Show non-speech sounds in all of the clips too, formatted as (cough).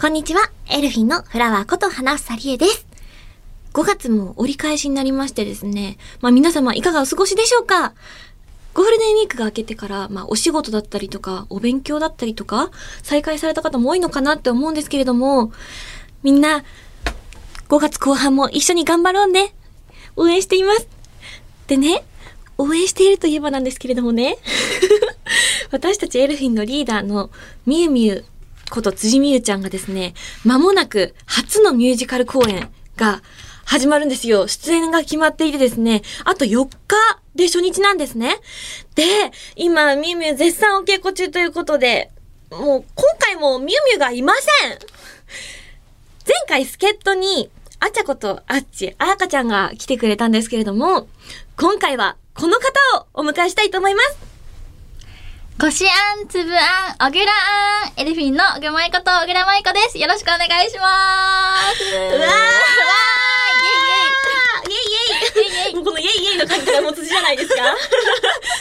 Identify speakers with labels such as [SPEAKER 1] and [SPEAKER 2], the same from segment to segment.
[SPEAKER 1] こんにちは。エルフィンのフラワーこと花サリエです。5月も折り返しになりましてですね。まあ皆様いかがお過ごしでしょうかゴールデンウィークが明けてから、まあお仕事だったりとか、お勉強だったりとか、再開された方も多いのかなって思うんですけれども、みんな、5月後半も一緒に頑張ろうね。応援しています。でね、応援しているといえばなんですけれどもね。 (laughs) 私たちエルフィンのリーダーのみゆみゆこと辻みゆちゃんがですね、間もなく初のミュージカル公演が始まるんですよ。出演が決まっていてですね、あと4日で初日なんですね。で、今、みゆみゆ絶賛お稽古中ということで、もう今回もみゆみゆがいません前回助っ人に、あちゃことあっち、あやかちゃんが来てくれたんですけれども、今回はこの方をお迎えしたいと思います。
[SPEAKER 2] こしあん、つぶあん、おぐらあん、エルフィンのぐまいこと小倉舞子です。よろしくお願いします。うわー
[SPEAKER 1] うわ
[SPEAKER 2] イ
[SPEAKER 1] イエイ (laughs) イエイもうこのイエイイエイの感じがもう辻じゃない
[SPEAKER 2] (laughs)
[SPEAKER 1] ですか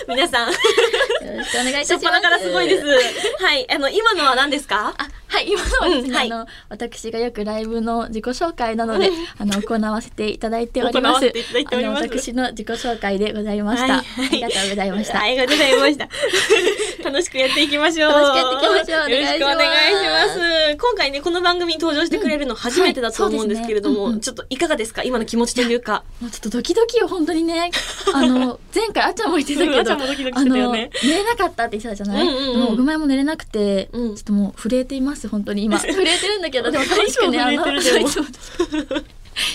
[SPEAKER 1] 皆さん、し
[SPEAKER 2] ェイイェイよろしくお願いします。
[SPEAKER 1] ょっぱなからすごいです。はい、あの、今のは何ですか
[SPEAKER 2] あ、はい、今のはですね、
[SPEAKER 1] うんはい
[SPEAKER 2] あの、私がよくライブの自己紹介なので、あの、行わせていただいており
[SPEAKER 1] 行わ
[SPEAKER 2] ます。
[SPEAKER 1] せていただいております
[SPEAKER 2] あの、私の自己紹介でございました。
[SPEAKER 1] はいはい
[SPEAKER 2] ありがとうございました。
[SPEAKER 1] ありがとうございました。
[SPEAKER 2] (laughs)
[SPEAKER 1] 楽しくやっていきましょう。
[SPEAKER 2] 楽しくやっていきましょう
[SPEAKER 1] よろしくお
[SPEAKER 2] お願いし
[SPEAKER 1] 願
[SPEAKER 2] ま
[SPEAKER 1] いし
[SPEAKER 2] す
[SPEAKER 1] ます。今回ね、この番組に登場してくれるの初めてだと思うんですけれども、
[SPEAKER 2] うんはい
[SPEAKER 1] ちょっといかがですか今の気持ちというか。
[SPEAKER 2] もうちょっとドキドキを本当にね、あ
[SPEAKER 1] (laughs)
[SPEAKER 2] の、前回あっちゃんも言ってたけど、
[SPEAKER 1] あっちゃんもドキドキ
[SPEAKER 2] あ
[SPEAKER 1] して
[SPEAKER 2] の
[SPEAKER 1] たよ
[SPEAKER 2] 寝
[SPEAKER 1] ね
[SPEAKER 2] れなかったって言ってたじゃない、
[SPEAKER 1] うんうんうん
[SPEAKER 2] でもうぐまいも寝れなくて、
[SPEAKER 1] うん
[SPEAKER 2] ちょっともう震えています本当
[SPEAKER 1] (laughs)
[SPEAKER 2] に今震えてるんだけどでも楽しくねあ
[SPEAKER 1] いつも
[SPEAKER 2] の
[SPEAKER 1] 震えてるで
[SPEAKER 2] (laughs)
[SPEAKER 1] も
[SPEAKER 2] いつも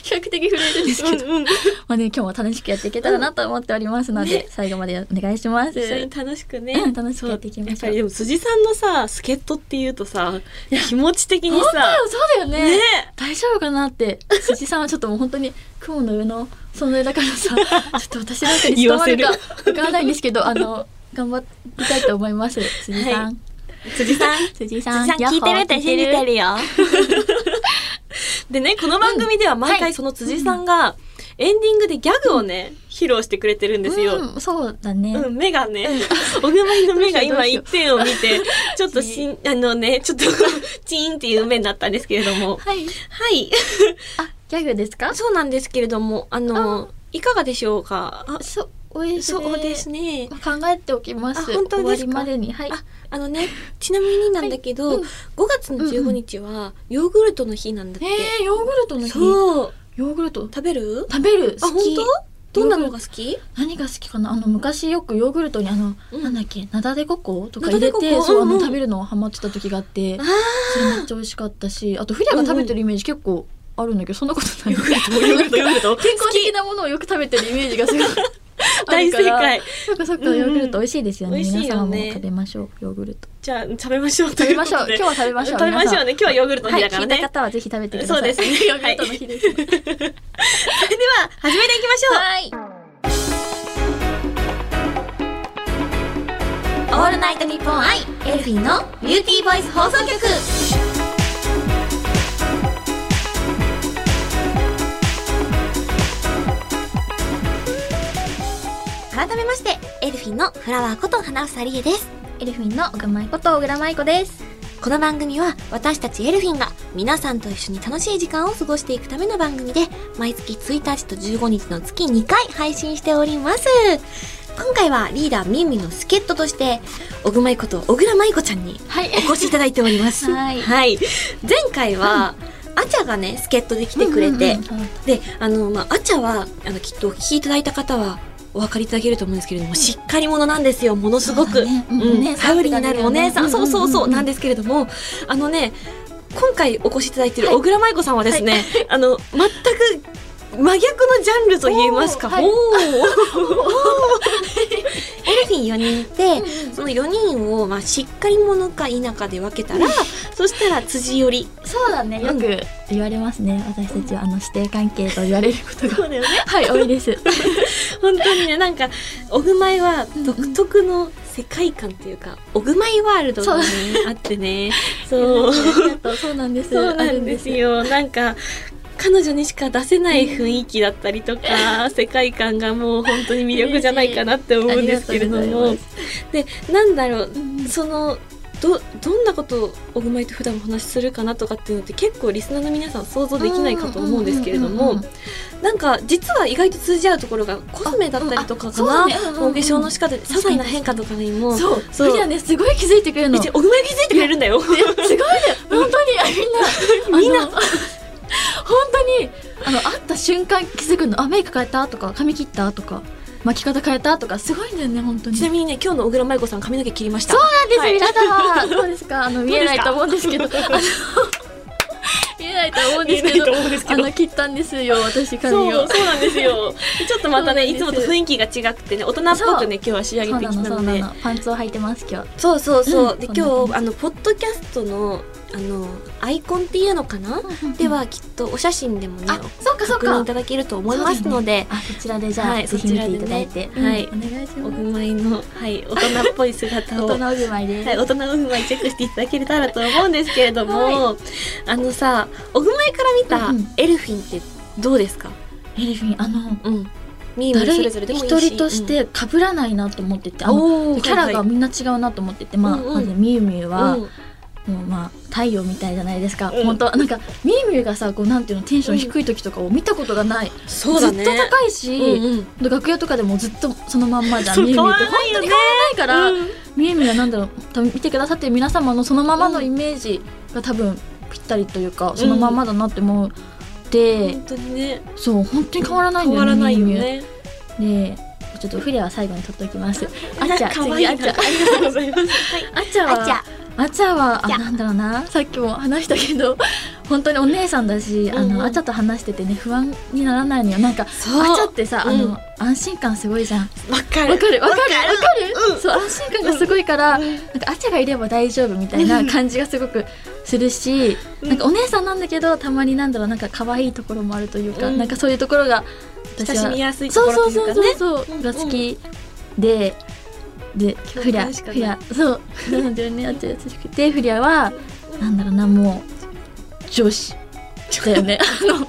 [SPEAKER 2] 比較的震えるんですけど、
[SPEAKER 1] うんうん
[SPEAKER 2] まあね今日も楽しくやっていけたらなと思っておりますので、
[SPEAKER 1] ね
[SPEAKER 2] 最後までお願いします
[SPEAKER 1] 一緒に楽しくね、
[SPEAKER 2] うん楽しくやっていきましょう
[SPEAKER 1] そやっぱりでも辻さんのさ助っ人っていうとさ気持ち的に
[SPEAKER 2] 本当だ
[SPEAKER 1] さ
[SPEAKER 2] よそうだよね
[SPEAKER 1] ね
[SPEAKER 2] 大丈夫かなって辻さんはちょっともう本当に雲の上の存在だから
[SPEAKER 1] (laughs)
[SPEAKER 2] さちょっと私なんかに伝わる
[SPEAKER 1] 言
[SPEAKER 2] か
[SPEAKER 1] わ
[SPEAKER 2] わからないんですけどあの頑張りたいと思います辻さん、
[SPEAKER 1] はい辻さん辻
[SPEAKER 2] 辻さん
[SPEAKER 1] さん聞いてるって信じてるよ (laughs) でねこの番組では毎
[SPEAKER 2] うんは
[SPEAKER 1] 回
[SPEAKER 2] い
[SPEAKER 1] その辻さんがエンディングでギャグをね、披露してくれてるんですよ、
[SPEAKER 2] うん、そうだね、
[SPEAKER 1] うん、目がね、 (laughs) おぐまりの目が今
[SPEAKER 2] どうしよ
[SPEAKER 1] 一
[SPEAKER 2] う
[SPEAKER 1] 点を見て、ちょっとしん、あのね、ちょっと、 (laughs) チーンっていう目になったんですけれども。
[SPEAKER 2] はい
[SPEAKER 1] はい。
[SPEAKER 2] あギャグですか
[SPEAKER 1] そうなんですけれども、あの、いかがでしょうかあ
[SPEAKER 2] そうおい
[SPEAKER 1] そうですね。
[SPEAKER 2] 考えておきます
[SPEAKER 1] あ本当ですか
[SPEAKER 2] 終わりまでにはい
[SPEAKER 1] ああのね、ちなみになんだけど、
[SPEAKER 2] はいうん
[SPEAKER 1] 5月の15日はヨーグルトの日なんだって。
[SPEAKER 2] えー、ヨーグルトの日ヨ
[SPEAKER 1] そう。
[SPEAKER 2] ーグルト
[SPEAKER 1] 食べる
[SPEAKER 2] 食べる
[SPEAKER 1] あ、
[SPEAKER 2] 好
[SPEAKER 1] 本
[SPEAKER 2] き
[SPEAKER 1] 当どんなのが好き
[SPEAKER 2] 何が好きかなあの昔よくヨーグルトにあの、
[SPEAKER 1] うん
[SPEAKER 2] なんだっけなだでごことか
[SPEAKER 1] なだ
[SPEAKER 2] 入
[SPEAKER 1] で
[SPEAKER 2] れ
[SPEAKER 1] ごこ
[SPEAKER 2] てそうあ
[SPEAKER 1] うんう
[SPEAKER 2] の
[SPEAKER 1] ん
[SPEAKER 2] 食べるのをハマってた時があって
[SPEAKER 1] あ
[SPEAKER 2] それめっちゃ美味しかったしあとフリアが食べてるイメージ結構あるんだけどそんなことな
[SPEAKER 1] ー。
[SPEAKER 2] い
[SPEAKER 1] ヨーグルト、
[SPEAKER 2] (laughs)
[SPEAKER 1] ヨーグルト。
[SPEAKER 2] 健康的なものをよく食べてるイメージがすごい
[SPEAKER 1] 大正解。
[SPEAKER 2] そっかそっか
[SPEAKER 1] うんうん
[SPEAKER 2] ヨーグルト美味しいですよね、
[SPEAKER 1] 美味しい
[SPEAKER 2] 皆
[SPEAKER 1] よ
[SPEAKER 2] 様
[SPEAKER 1] ね
[SPEAKER 2] も食べましょうヨーグルト
[SPEAKER 1] じゃあ、食べましょう。食
[SPEAKER 2] 食べましょう今日は食べましょう
[SPEAKER 1] 食べましょう
[SPEAKER 2] 皆
[SPEAKER 1] ね。今日はヨーグルト
[SPEAKER 2] さん
[SPEAKER 1] の
[SPEAKER 2] は
[SPEAKER 1] 日だか
[SPEAKER 2] い聞
[SPEAKER 1] ら
[SPEAKER 2] い
[SPEAKER 1] ね。
[SPEAKER 2] た方はぜひ食べてください
[SPEAKER 1] そうですね
[SPEAKER 2] ヨーグルトの日です、ね
[SPEAKER 1] それでは、始めていきましょう。
[SPEAKER 2] はい
[SPEAKER 1] オールナイトニッポンアイエルフィンのビューティーボイス放送局改めましてエルフィンのフラワーこと花房理恵です
[SPEAKER 2] エルフィンの奥舞こと小倉舞子です
[SPEAKER 1] この番組は私たちエルフィンが皆さんと一緒に楽しい時間を過ごしていくための番組で毎月1日と15日の月2回配信しております今回はリーダーミンミンの助っ人として小熊いこと小倉舞子ちゃんに
[SPEAKER 2] はい
[SPEAKER 1] お越しいただいております
[SPEAKER 2] (laughs) はい
[SPEAKER 1] 前回は、あちゃがね助っ人で来てくれて、
[SPEAKER 2] うんうんうん
[SPEAKER 1] であの、まあ、あちゃはあのきっとお聞きいただいた方はお分かりいただけると思うんですけれどもしっかり者なんですよものすご
[SPEAKER 2] そ
[SPEAKER 1] く
[SPEAKER 2] うだねうんお姉さん
[SPEAKER 1] 頼りになるお姉さん、
[SPEAKER 2] うんうん
[SPEAKER 1] そ
[SPEAKER 2] うん
[SPEAKER 1] う
[SPEAKER 2] うん
[SPEAKER 1] そうそうなんですけれどもあのね今回お越しいただいている小倉舞子さんはですね、 (laughs) あの全く真逆のジャンルと言いますか
[SPEAKER 2] おーは
[SPEAKER 1] (laughs)
[SPEAKER 2] い
[SPEAKER 1] おーエルフィン4人いて、その4人を、まあ、しっかり者か否かで分けたら、そしたら辻寄り。
[SPEAKER 2] そうだねよく言われますね私たちはあの指定関係と言われることが
[SPEAKER 1] だよね。
[SPEAKER 2] はい多いです
[SPEAKER 1] 本当にね、なんか、オグマイは独特の世界観というか、オグマイワールドがね、あってね。そう。
[SPEAKER 2] (laughs) そうなんです
[SPEAKER 1] そうなんですよ。なんか、彼女にしか出せない雰囲気だったりと (laughs) か、世界観がもう本当に魅力じゃないかなって思うんですけれど
[SPEAKER 2] ありがとうござい
[SPEAKER 1] も
[SPEAKER 2] ま。
[SPEAKER 1] で、なんだろう
[SPEAKER 2] う、ん
[SPEAKER 1] その、どどんなことを小熊井と普段お話しするかなとかっていうのって結構リスナーの皆さん想像できないかと思うんですけれど
[SPEAKER 2] うんうん
[SPEAKER 1] も
[SPEAKER 2] うんうん
[SPEAKER 1] なんか実は意外と通じ合うところがコスメだったりとかかな、
[SPEAKER 2] あうんあそうだねうんうんうん
[SPEAKER 1] お化粧の仕方で些細な変化とかにもう
[SPEAKER 2] そう
[SPEAKER 1] そう
[SPEAKER 2] みんなねすごい気づいてくれるの
[SPEAKER 1] ち小熊井気づいてくれるんだよ。 (laughs)
[SPEAKER 2] すごいね本当にみんなみんな本当にあの会った瞬間気づくのあメイク変えたとか髪切ったとか巻き方変えたとかすごいんだよね本当に
[SPEAKER 1] ちなみにね今日の小倉舞子さん髪の毛切りました。
[SPEAKER 2] そうなん
[SPEAKER 1] はい
[SPEAKER 2] です、皆様どうですかあの見えないと思うんですけどあの (laughs) 見えないと思うんです
[SPEAKER 1] (laughs)
[SPEAKER 2] け
[SPEAKER 1] 見えない
[SPEAKER 2] (laughs)
[SPEAKER 1] と
[SPEAKER 2] ど
[SPEAKER 1] 思うんですけど
[SPEAKER 2] あの切ったんですよ私髪
[SPEAKER 1] そ
[SPEAKER 2] を
[SPEAKER 1] うそうなんです
[SPEAKER 2] (laughs)
[SPEAKER 1] よ。ちょっとまたねいつ
[SPEAKER 2] そう
[SPEAKER 1] も
[SPEAKER 2] なん
[SPEAKER 1] と
[SPEAKER 2] です
[SPEAKER 1] 雰囲気が違くてね大人っぽくね今日は仕上げてきた
[SPEAKER 2] そう
[SPEAKER 1] の
[SPEAKER 2] な
[SPEAKER 1] で。
[SPEAKER 2] のパンツを履いてます今日
[SPEAKER 1] そうそうそう。
[SPEAKER 2] うん
[SPEAKER 1] で
[SPEAKER 2] そん
[SPEAKER 1] 今
[SPEAKER 2] な
[SPEAKER 1] 日
[SPEAKER 2] 感じ
[SPEAKER 1] あのポッドキャストのあのアイコンっていうのかな。ではきっとお写真でもね
[SPEAKER 2] あそうかそう
[SPEAKER 1] 確認い
[SPEAKER 2] か
[SPEAKER 1] ただけると思いますので。
[SPEAKER 2] あそちらでじゃ
[SPEAKER 1] は
[SPEAKER 2] あ
[SPEAKER 1] い
[SPEAKER 2] ぜひ見ていただいて
[SPEAKER 1] そちらでねはい
[SPEAKER 2] うんお願いし
[SPEAKER 1] お
[SPEAKER 2] ま
[SPEAKER 1] ぐ
[SPEAKER 2] す
[SPEAKER 1] まいの、はい、大人っぽい姿を、
[SPEAKER 2] 大
[SPEAKER 1] はい、
[SPEAKER 2] 人おぐまいです
[SPEAKER 1] 大人のうまいチェックしていただけたらと思うんですけれども、
[SPEAKER 2] は
[SPEAKER 1] あのさ、おぐまいから
[SPEAKER 2] うんう
[SPEAKER 1] 見
[SPEAKER 2] ん
[SPEAKER 1] たエルフィンってどうですか？
[SPEAKER 2] エリフィンあの
[SPEAKER 1] うん、ミーム
[SPEAKER 2] 誰
[SPEAKER 1] それ
[SPEAKER 2] 一
[SPEAKER 1] ぞれでもいいし、
[SPEAKER 2] 人として被らないなと思ってて、
[SPEAKER 1] うん、
[SPEAKER 2] あの
[SPEAKER 1] おー
[SPEAKER 2] キャラが
[SPEAKER 1] はい
[SPEAKER 2] みんな違うなと思ってて、まあ
[SPEAKER 1] うんうん
[SPEAKER 2] まずみゆみゆは、
[SPEAKER 1] はい
[SPEAKER 2] もうまあ太陽みたいじゃないですか、
[SPEAKER 1] うん
[SPEAKER 2] 本当なんかみゆみゆがさこうなんていうのテンション低い時とかを見たことがない、
[SPEAKER 1] そう
[SPEAKER 2] ず
[SPEAKER 1] だ
[SPEAKER 2] っ
[SPEAKER 1] ね。
[SPEAKER 2] と高いし、
[SPEAKER 1] うんうん
[SPEAKER 2] 楽屋とかでもずっとそのまんまじゃん
[SPEAKER 1] そう
[SPEAKER 2] みゆみゆって
[SPEAKER 1] 変わらないよね
[SPEAKER 2] 本当に変わらないから、
[SPEAKER 1] うん
[SPEAKER 2] みゆみゆはなんだろう多分見てくださってる皆様のそのままのイメージが多分ぴったりというかそのまんまだなって思うで、
[SPEAKER 1] 本当にね、
[SPEAKER 2] そう本当に変わらないん
[SPEAKER 1] 変
[SPEAKER 2] だ
[SPEAKER 1] わ
[SPEAKER 2] よね
[SPEAKER 1] らないよ
[SPEAKER 2] みゆみゆ
[SPEAKER 1] ね。
[SPEAKER 2] でちょっとフレは最後に取ってお
[SPEAKER 1] (laughs)
[SPEAKER 2] きます。あっちゃ、
[SPEAKER 1] かわいい
[SPEAKER 2] 次あ
[SPEAKER 1] な
[SPEAKER 2] っちゃ
[SPEAKER 1] あ。りがとうございます。はい。
[SPEAKER 2] あっちゃは、あっちゃは、あ、なんだろうな、さっきも話したけど、本当にお姉さんだし、あ
[SPEAKER 1] うんうん
[SPEAKER 2] の、あっちゃと話しててね、不安にならないのよ。なんか、
[SPEAKER 1] そう
[SPEAKER 2] あっちゃってさ、あ
[SPEAKER 1] うん
[SPEAKER 2] の、安心感すごいじゃん。
[SPEAKER 1] わ
[SPEAKER 2] わ
[SPEAKER 1] かる。
[SPEAKER 2] かるわかるわか
[SPEAKER 1] うん
[SPEAKER 2] るそう、安心感がすごいから、なんかあっちゃがいれば大丈夫みたいな感じがすごくするし、
[SPEAKER 1] うん
[SPEAKER 2] なんかお姉さんなんだけど、たまになんだろう、なんか可愛いところもあるというか、
[SPEAKER 1] うん
[SPEAKER 2] なんかそういうところが、
[SPEAKER 1] 親しみやすいとこ
[SPEAKER 2] そう
[SPEAKER 1] ろ
[SPEAKER 2] そ
[SPEAKER 1] と
[SPEAKER 2] う
[SPEAKER 1] いう
[SPEAKER 2] そ
[SPEAKER 1] かね。
[SPEAKER 2] うそうそ
[SPEAKER 1] うん
[SPEAKER 2] う、
[SPEAKER 1] うん
[SPEAKER 2] が好きでで
[SPEAKER 1] 共
[SPEAKER 2] フリ
[SPEAKER 1] 感
[SPEAKER 2] ャ
[SPEAKER 1] しか
[SPEAKER 2] フ
[SPEAKER 1] ない
[SPEAKER 2] リャそうなんだよねあっちゃ優しくてフリャはなんだろうなもう女子だ
[SPEAKER 1] (laughs)
[SPEAKER 2] よねあのあの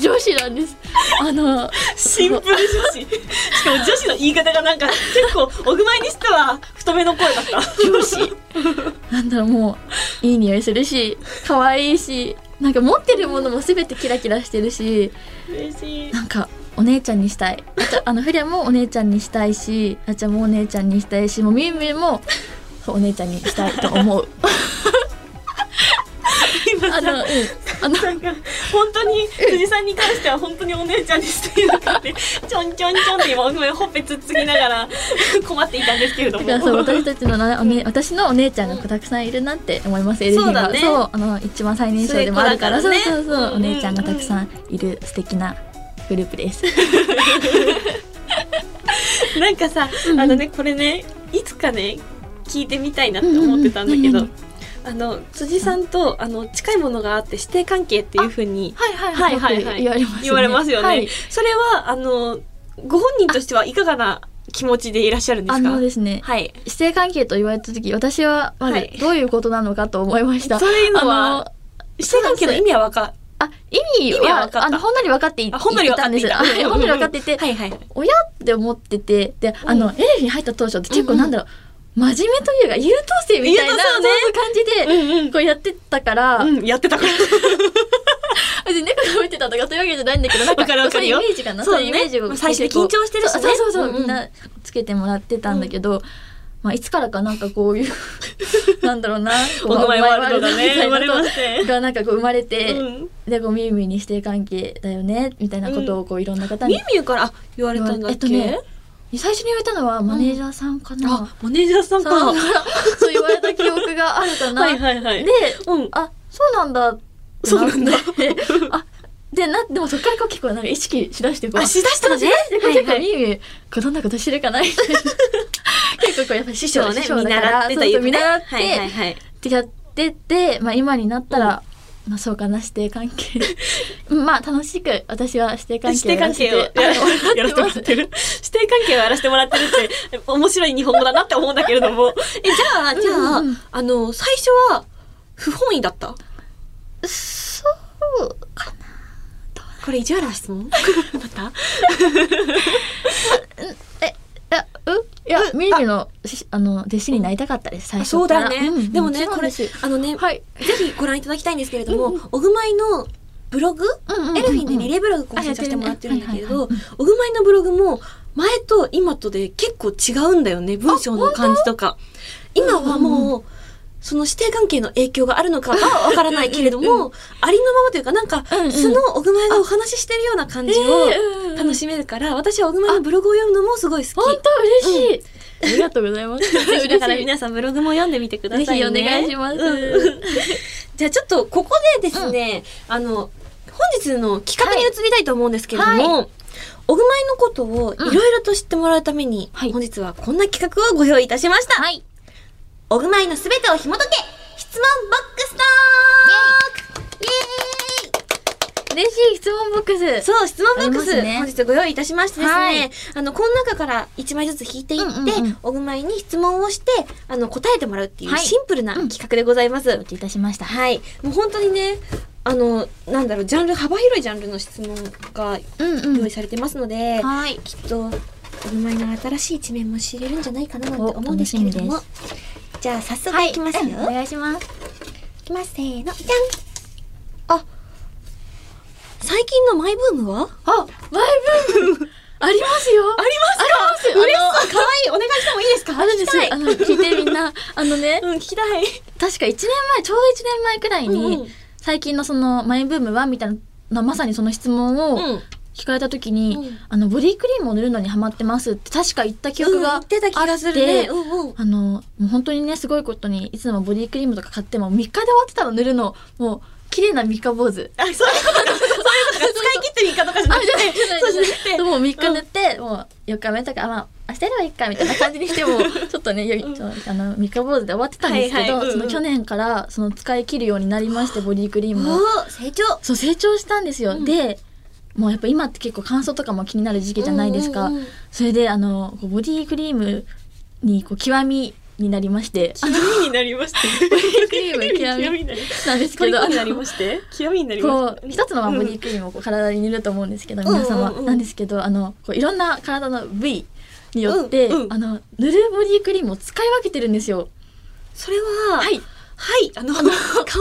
[SPEAKER 2] 女子なんですあの
[SPEAKER 1] シンプル女子。しかも女子の言い方がなんか結構おぐまいにしては太めの声 (laughs) だった。
[SPEAKER 2] 女子なんだろうもういい匂いするし可愛いしなんか持ってるものも全てキラキラしてるし
[SPEAKER 1] 嬉しい。
[SPEAKER 2] なんかお姉ちゃんにしたいあとあのフリアもお姉ちゃんにしたいしあちゃんもお姉ちゃんにしたいしもうみゆみゆもそうお姉ちゃんにしたいと思う
[SPEAKER 1] 今
[SPEAKER 2] あ
[SPEAKER 1] さ
[SPEAKER 2] の、うん、あの
[SPEAKER 1] なんか本当に辻さんに関しては本当にお姉ちゃんにしていなくてちょんちょんちょんって今おぐまいほっぺつっつきながら困っていたんですけれど
[SPEAKER 2] だ
[SPEAKER 1] も
[SPEAKER 2] からそう私たちのなお、ね、私のお姉ちゃんがこうたくさんいるなって思います、エルフィン
[SPEAKER 1] そうだ
[SPEAKER 2] は
[SPEAKER 1] ね
[SPEAKER 2] そうあの一番最年少でもあるから
[SPEAKER 1] 末っ子だからね
[SPEAKER 2] そうそうそう、
[SPEAKER 1] うんうんうん
[SPEAKER 2] お姉ちゃんがたくさんいる素敵なグループです
[SPEAKER 1] なんかさ、
[SPEAKER 2] うん
[SPEAKER 1] あのねこれねいつかね聞いてみたいなって思ってたんだけど、
[SPEAKER 2] うんうん
[SPEAKER 1] あの辻さんとあの近いものがあって師弟関係っていうふうに
[SPEAKER 2] はいはい
[SPEAKER 1] はいはいはい
[SPEAKER 2] 言われま
[SPEAKER 1] 言われま
[SPEAKER 2] すよね
[SPEAKER 1] すよね。
[SPEAKER 2] はい
[SPEAKER 1] それはあのご本人としてはいかがな気持ちでいらっしゃるんで
[SPEAKER 2] あ
[SPEAKER 1] すか
[SPEAKER 2] のですね
[SPEAKER 1] はい。
[SPEAKER 2] 師弟関係と言われた時私はま
[SPEAKER 1] は
[SPEAKER 2] ず
[SPEAKER 1] い
[SPEAKER 2] どういうことなのかと思いました、
[SPEAKER 1] (laughs) そういうの
[SPEAKER 2] あ
[SPEAKER 1] は
[SPEAKER 2] の
[SPEAKER 1] 師弟関係の意味はわか
[SPEAKER 2] あ意味は
[SPEAKER 1] 意味は分かった
[SPEAKER 2] あのほんのり分かってい
[SPEAKER 1] あほんのり
[SPEAKER 2] い
[SPEAKER 1] 分かっていた
[SPEAKER 2] んですよほんのり分かっていて、
[SPEAKER 1] はいはい。
[SPEAKER 2] 親って思っててであ
[SPEAKER 1] う
[SPEAKER 2] の、
[SPEAKER 1] ん
[SPEAKER 2] エレフィン入った当初って結構なんだろう、真面目というか優等生みたいな
[SPEAKER 1] 優等生ね
[SPEAKER 2] そういう感じで、
[SPEAKER 1] んうん
[SPEAKER 2] こうやってたから、
[SPEAKER 1] うん、やってたから。
[SPEAKER 2] 別に猫が見てたとかそういうわけじゃないんだけどなんか
[SPEAKER 1] わかるわかるよ
[SPEAKER 2] そういうイメージかな
[SPEAKER 1] そう
[SPEAKER 2] そう,、
[SPEAKER 1] ね
[SPEAKER 2] いうイメージを
[SPEAKER 1] 最初で緊張してるしね
[SPEAKER 2] そうそうそうそう、
[SPEAKER 1] うんうん
[SPEAKER 2] みんなつけてもらってたんだけど、まあ、いつからかなんか
[SPEAKER 1] (laughs)
[SPEAKER 2] こういうなんだろうな
[SPEAKER 1] お名前ワールドがね、生
[SPEAKER 2] 生
[SPEAKER 1] ま
[SPEAKER 2] ま
[SPEAKER 1] れ
[SPEAKER 2] れ
[SPEAKER 1] ま
[SPEAKER 2] ま
[SPEAKER 1] して。
[SPEAKER 2] がなんかこう生まれて、
[SPEAKER 1] うん
[SPEAKER 2] でこうみゆみゆに指定関係だよねみたいなことをこういろんな方
[SPEAKER 1] み
[SPEAKER 2] に
[SPEAKER 1] ゆみゆからあ言われたんだっけ、
[SPEAKER 2] えっとね最初に言われたのはマネージャーさんかな、
[SPEAKER 1] あマネージャーさんか
[SPEAKER 2] そう (laughs) そう言われた記憶があるかな。
[SPEAKER 1] はいはいはい
[SPEAKER 2] で、
[SPEAKER 1] うん
[SPEAKER 2] あそうなんだってって。
[SPEAKER 1] そうなんだ
[SPEAKER 2] あでなでもそっからこう結構なんか意識しだしてこう。
[SPEAKER 1] あしだしたのね
[SPEAKER 2] しだしてこう
[SPEAKER 1] はい
[SPEAKER 2] 結
[SPEAKER 1] は
[SPEAKER 2] 構
[SPEAKER 1] い
[SPEAKER 2] みゆみゆこうどんなことしてるかなみたいな結構こうやっぱ師
[SPEAKER 1] 師匠
[SPEAKER 2] 匠
[SPEAKER 1] ね
[SPEAKER 2] ね
[SPEAKER 1] 見習ってと
[SPEAKER 2] そう
[SPEAKER 1] い
[SPEAKER 2] そうう
[SPEAKER 1] か
[SPEAKER 2] 見
[SPEAKER 1] ね
[SPEAKER 2] 習って、
[SPEAKER 1] はいはいはい
[SPEAKER 2] ってやってて、まあ、今になったら、まあ、そうかな師弟関係 (laughs) うんまあ楽しく私は師弟関
[SPEAKER 1] 師
[SPEAKER 2] 係
[SPEAKER 1] 弟関係をや
[SPEAKER 2] や
[SPEAKER 1] ら
[SPEAKER 2] らせて
[SPEAKER 1] やらせてもら (laughs) ってる師弟関係をやらせてもらってるって面白い日本語だなって思うんだけれどもえじゃあじゃあ、
[SPEAKER 2] うんうん
[SPEAKER 1] あの最初は不本意だった
[SPEAKER 2] そうか
[SPEAKER 1] これ意地 (laughs) 悪な質問だった
[SPEAKER 2] えあういや、ミーミの、しあの、弟子になりたかったです、最初
[SPEAKER 1] そう
[SPEAKER 2] か
[SPEAKER 1] だ
[SPEAKER 2] ら。
[SPEAKER 1] ね、
[SPEAKER 2] ん
[SPEAKER 1] でもね
[SPEAKER 2] そう
[SPEAKER 1] こ
[SPEAKER 2] な
[SPEAKER 1] れ
[SPEAKER 2] んです
[SPEAKER 1] あのね、
[SPEAKER 2] はい。
[SPEAKER 1] ぜひご覧いただきたいんですけれども、
[SPEAKER 2] うん
[SPEAKER 1] オグマイのブログ、
[SPEAKER 2] うんうんうんうん
[SPEAKER 1] エルフィンでリレーブログ更新させてもらってるんだけれ
[SPEAKER 2] あや
[SPEAKER 1] ど
[SPEAKER 2] ってるね
[SPEAKER 1] オグマイのブログも前と今とで結構違うんだよね文章の感じとか今はもう、その師弟関係の影響があるのかはわからないけれども、ありのままというか、なんか、
[SPEAKER 2] うんうん
[SPEAKER 1] 素のオグマイがお話ししてるような感じ
[SPEAKER 2] え
[SPEAKER 1] を
[SPEAKER 2] え
[SPEAKER 1] 楽しめるから、私はオグマイのブログを読むのもすごい好
[SPEAKER 2] 本
[SPEAKER 1] き。
[SPEAKER 2] 当嬉しい、ありがとうございます。
[SPEAKER 1] ぜひだから
[SPEAKER 2] ぜ
[SPEAKER 1] 皆さんブログも読んでみてください
[SPEAKER 2] ひ
[SPEAKER 1] ね。
[SPEAKER 2] お願いします。
[SPEAKER 1] うん (laughs) じゃあちょっとここでですね、あの、本日の企画に移りたいと思うんですけれども、おぐまいのことをいろいろと知ってもらうために、
[SPEAKER 2] はい
[SPEAKER 1] 本日はこんな企画をご用意いたしました。
[SPEAKER 2] はい。
[SPEAKER 1] おぐまいのすべてを紐解け質問ボックストークイエーイ
[SPEAKER 2] 嬉しい質問ボックス。
[SPEAKER 1] そう、質問ボック
[SPEAKER 2] あ
[SPEAKER 1] ス、
[SPEAKER 2] りますね
[SPEAKER 1] 本日ご用意いたしましてですね、
[SPEAKER 2] はい
[SPEAKER 1] あの、この中から1枚ずつ引いていって、
[SPEAKER 2] うんうんうん
[SPEAKER 1] おぐまいに質問をして、あの、答えてもらうっていう
[SPEAKER 2] はい
[SPEAKER 1] シンプルな企画でございます。
[SPEAKER 2] 承知いたしました。
[SPEAKER 1] はい。もう本当にね、あの、なんだろう、ジャンル、幅広いジャンルの質問が
[SPEAKER 2] うんう
[SPEAKER 1] 用意。されてますので、
[SPEAKER 2] はい。
[SPEAKER 1] きっと、おぐまいの新しい一面も知れるんじゃないかななんて
[SPEAKER 2] お
[SPEAKER 1] 思うんですけれども
[SPEAKER 2] 楽。
[SPEAKER 1] じゃあ、早速いきますよ。
[SPEAKER 2] お願いします。
[SPEAKER 1] いきます、せーの、じゃんあ、最近のマイブームは
[SPEAKER 2] あ、マイブームありますよ。
[SPEAKER 1] ありますか
[SPEAKER 2] ありますよあの
[SPEAKER 1] 嬉しい可愛いお願いしてもいいですか
[SPEAKER 2] あるんですよ。あの、聞いてみんな。あのね、
[SPEAKER 1] うん、聞きたい。
[SPEAKER 2] 確か1年前、ちょうど1年前くらいに、
[SPEAKER 1] うん
[SPEAKER 2] 最近のその、マイブームはみたいな、まさにその質問を
[SPEAKER 1] うん
[SPEAKER 2] 聞かれた時に、
[SPEAKER 1] うん
[SPEAKER 2] あの、ボディクリームを塗るのにハマってますって確か言った記憶があ
[SPEAKER 1] うん言っ
[SPEAKER 2] っ
[SPEAKER 1] て
[SPEAKER 2] て、
[SPEAKER 1] た気がするね。うんうん。
[SPEAKER 2] あの、もう本当にね、すごいことに、いつもボディクリームとか買っても、3日で終わってたの塗るの、もう、綺麗な三日坊主。
[SPEAKER 1] あ、そういうことか。そういうことか。使い切ってみいかとかじゃ
[SPEAKER 2] あ、 (laughs)
[SPEAKER 1] なく
[SPEAKER 2] じゃない、
[SPEAKER 1] て。
[SPEAKER 2] じゃない、
[SPEAKER 1] そうじゃな
[SPEAKER 2] で
[SPEAKER 1] くて。
[SPEAKER 2] もう3日塗って、もう4日目とか、あまあ、明日やればいいか、みたいな感じにしても、ちょっとね、よいちょ
[SPEAKER 1] うん
[SPEAKER 2] あの、3日坊主で終わってたんですけど、
[SPEAKER 1] はいはいうんうん
[SPEAKER 2] その去年から、その使い切るようになりまして、ボディクリームを。
[SPEAKER 1] おー成長。
[SPEAKER 2] そう、成長したんですよ。
[SPEAKER 1] うん
[SPEAKER 2] で、もうやっぱ今って結構乾燥とかも気になる時期じゃないですか。
[SPEAKER 1] うんうんうん
[SPEAKER 2] それで、あの、こうボディクリームに、こう、極みになりまして、
[SPEAKER 1] 極みになりまして。
[SPEAKER 2] ク
[SPEAKER 1] (laughs)
[SPEAKER 2] リーム極み
[SPEAKER 1] 極み (laughs) になりまし
[SPEAKER 2] なんで
[SPEAKER 1] て。
[SPEAKER 2] す (laughs) けど、
[SPEAKER 1] になりまして。極みになりま
[SPEAKER 2] こ
[SPEAKER 1] して。
[SPEAKER 2] う一つのまあボディ
[SPEAKER 1] うん
[SPEAKER 2] クリームをこう体に塗ると思うんですけど、
[SPEAKER 1] うん
[SPEAKER 2] 皆様、
[SPEAKER 1] うんうん
[SPEAKER 2] なんですけどあのこういろんな体の部位によって、
[SPEAKER 1] うんうん
[SPEAKER 2] あの塗るボディクリームを使い分けてるんですよ。
[SPEAKER 1] それは、
[SPEAKER 2] はい。
[SPEAKER 1] はい。あの、香りは、
[SPEAKER 2] 香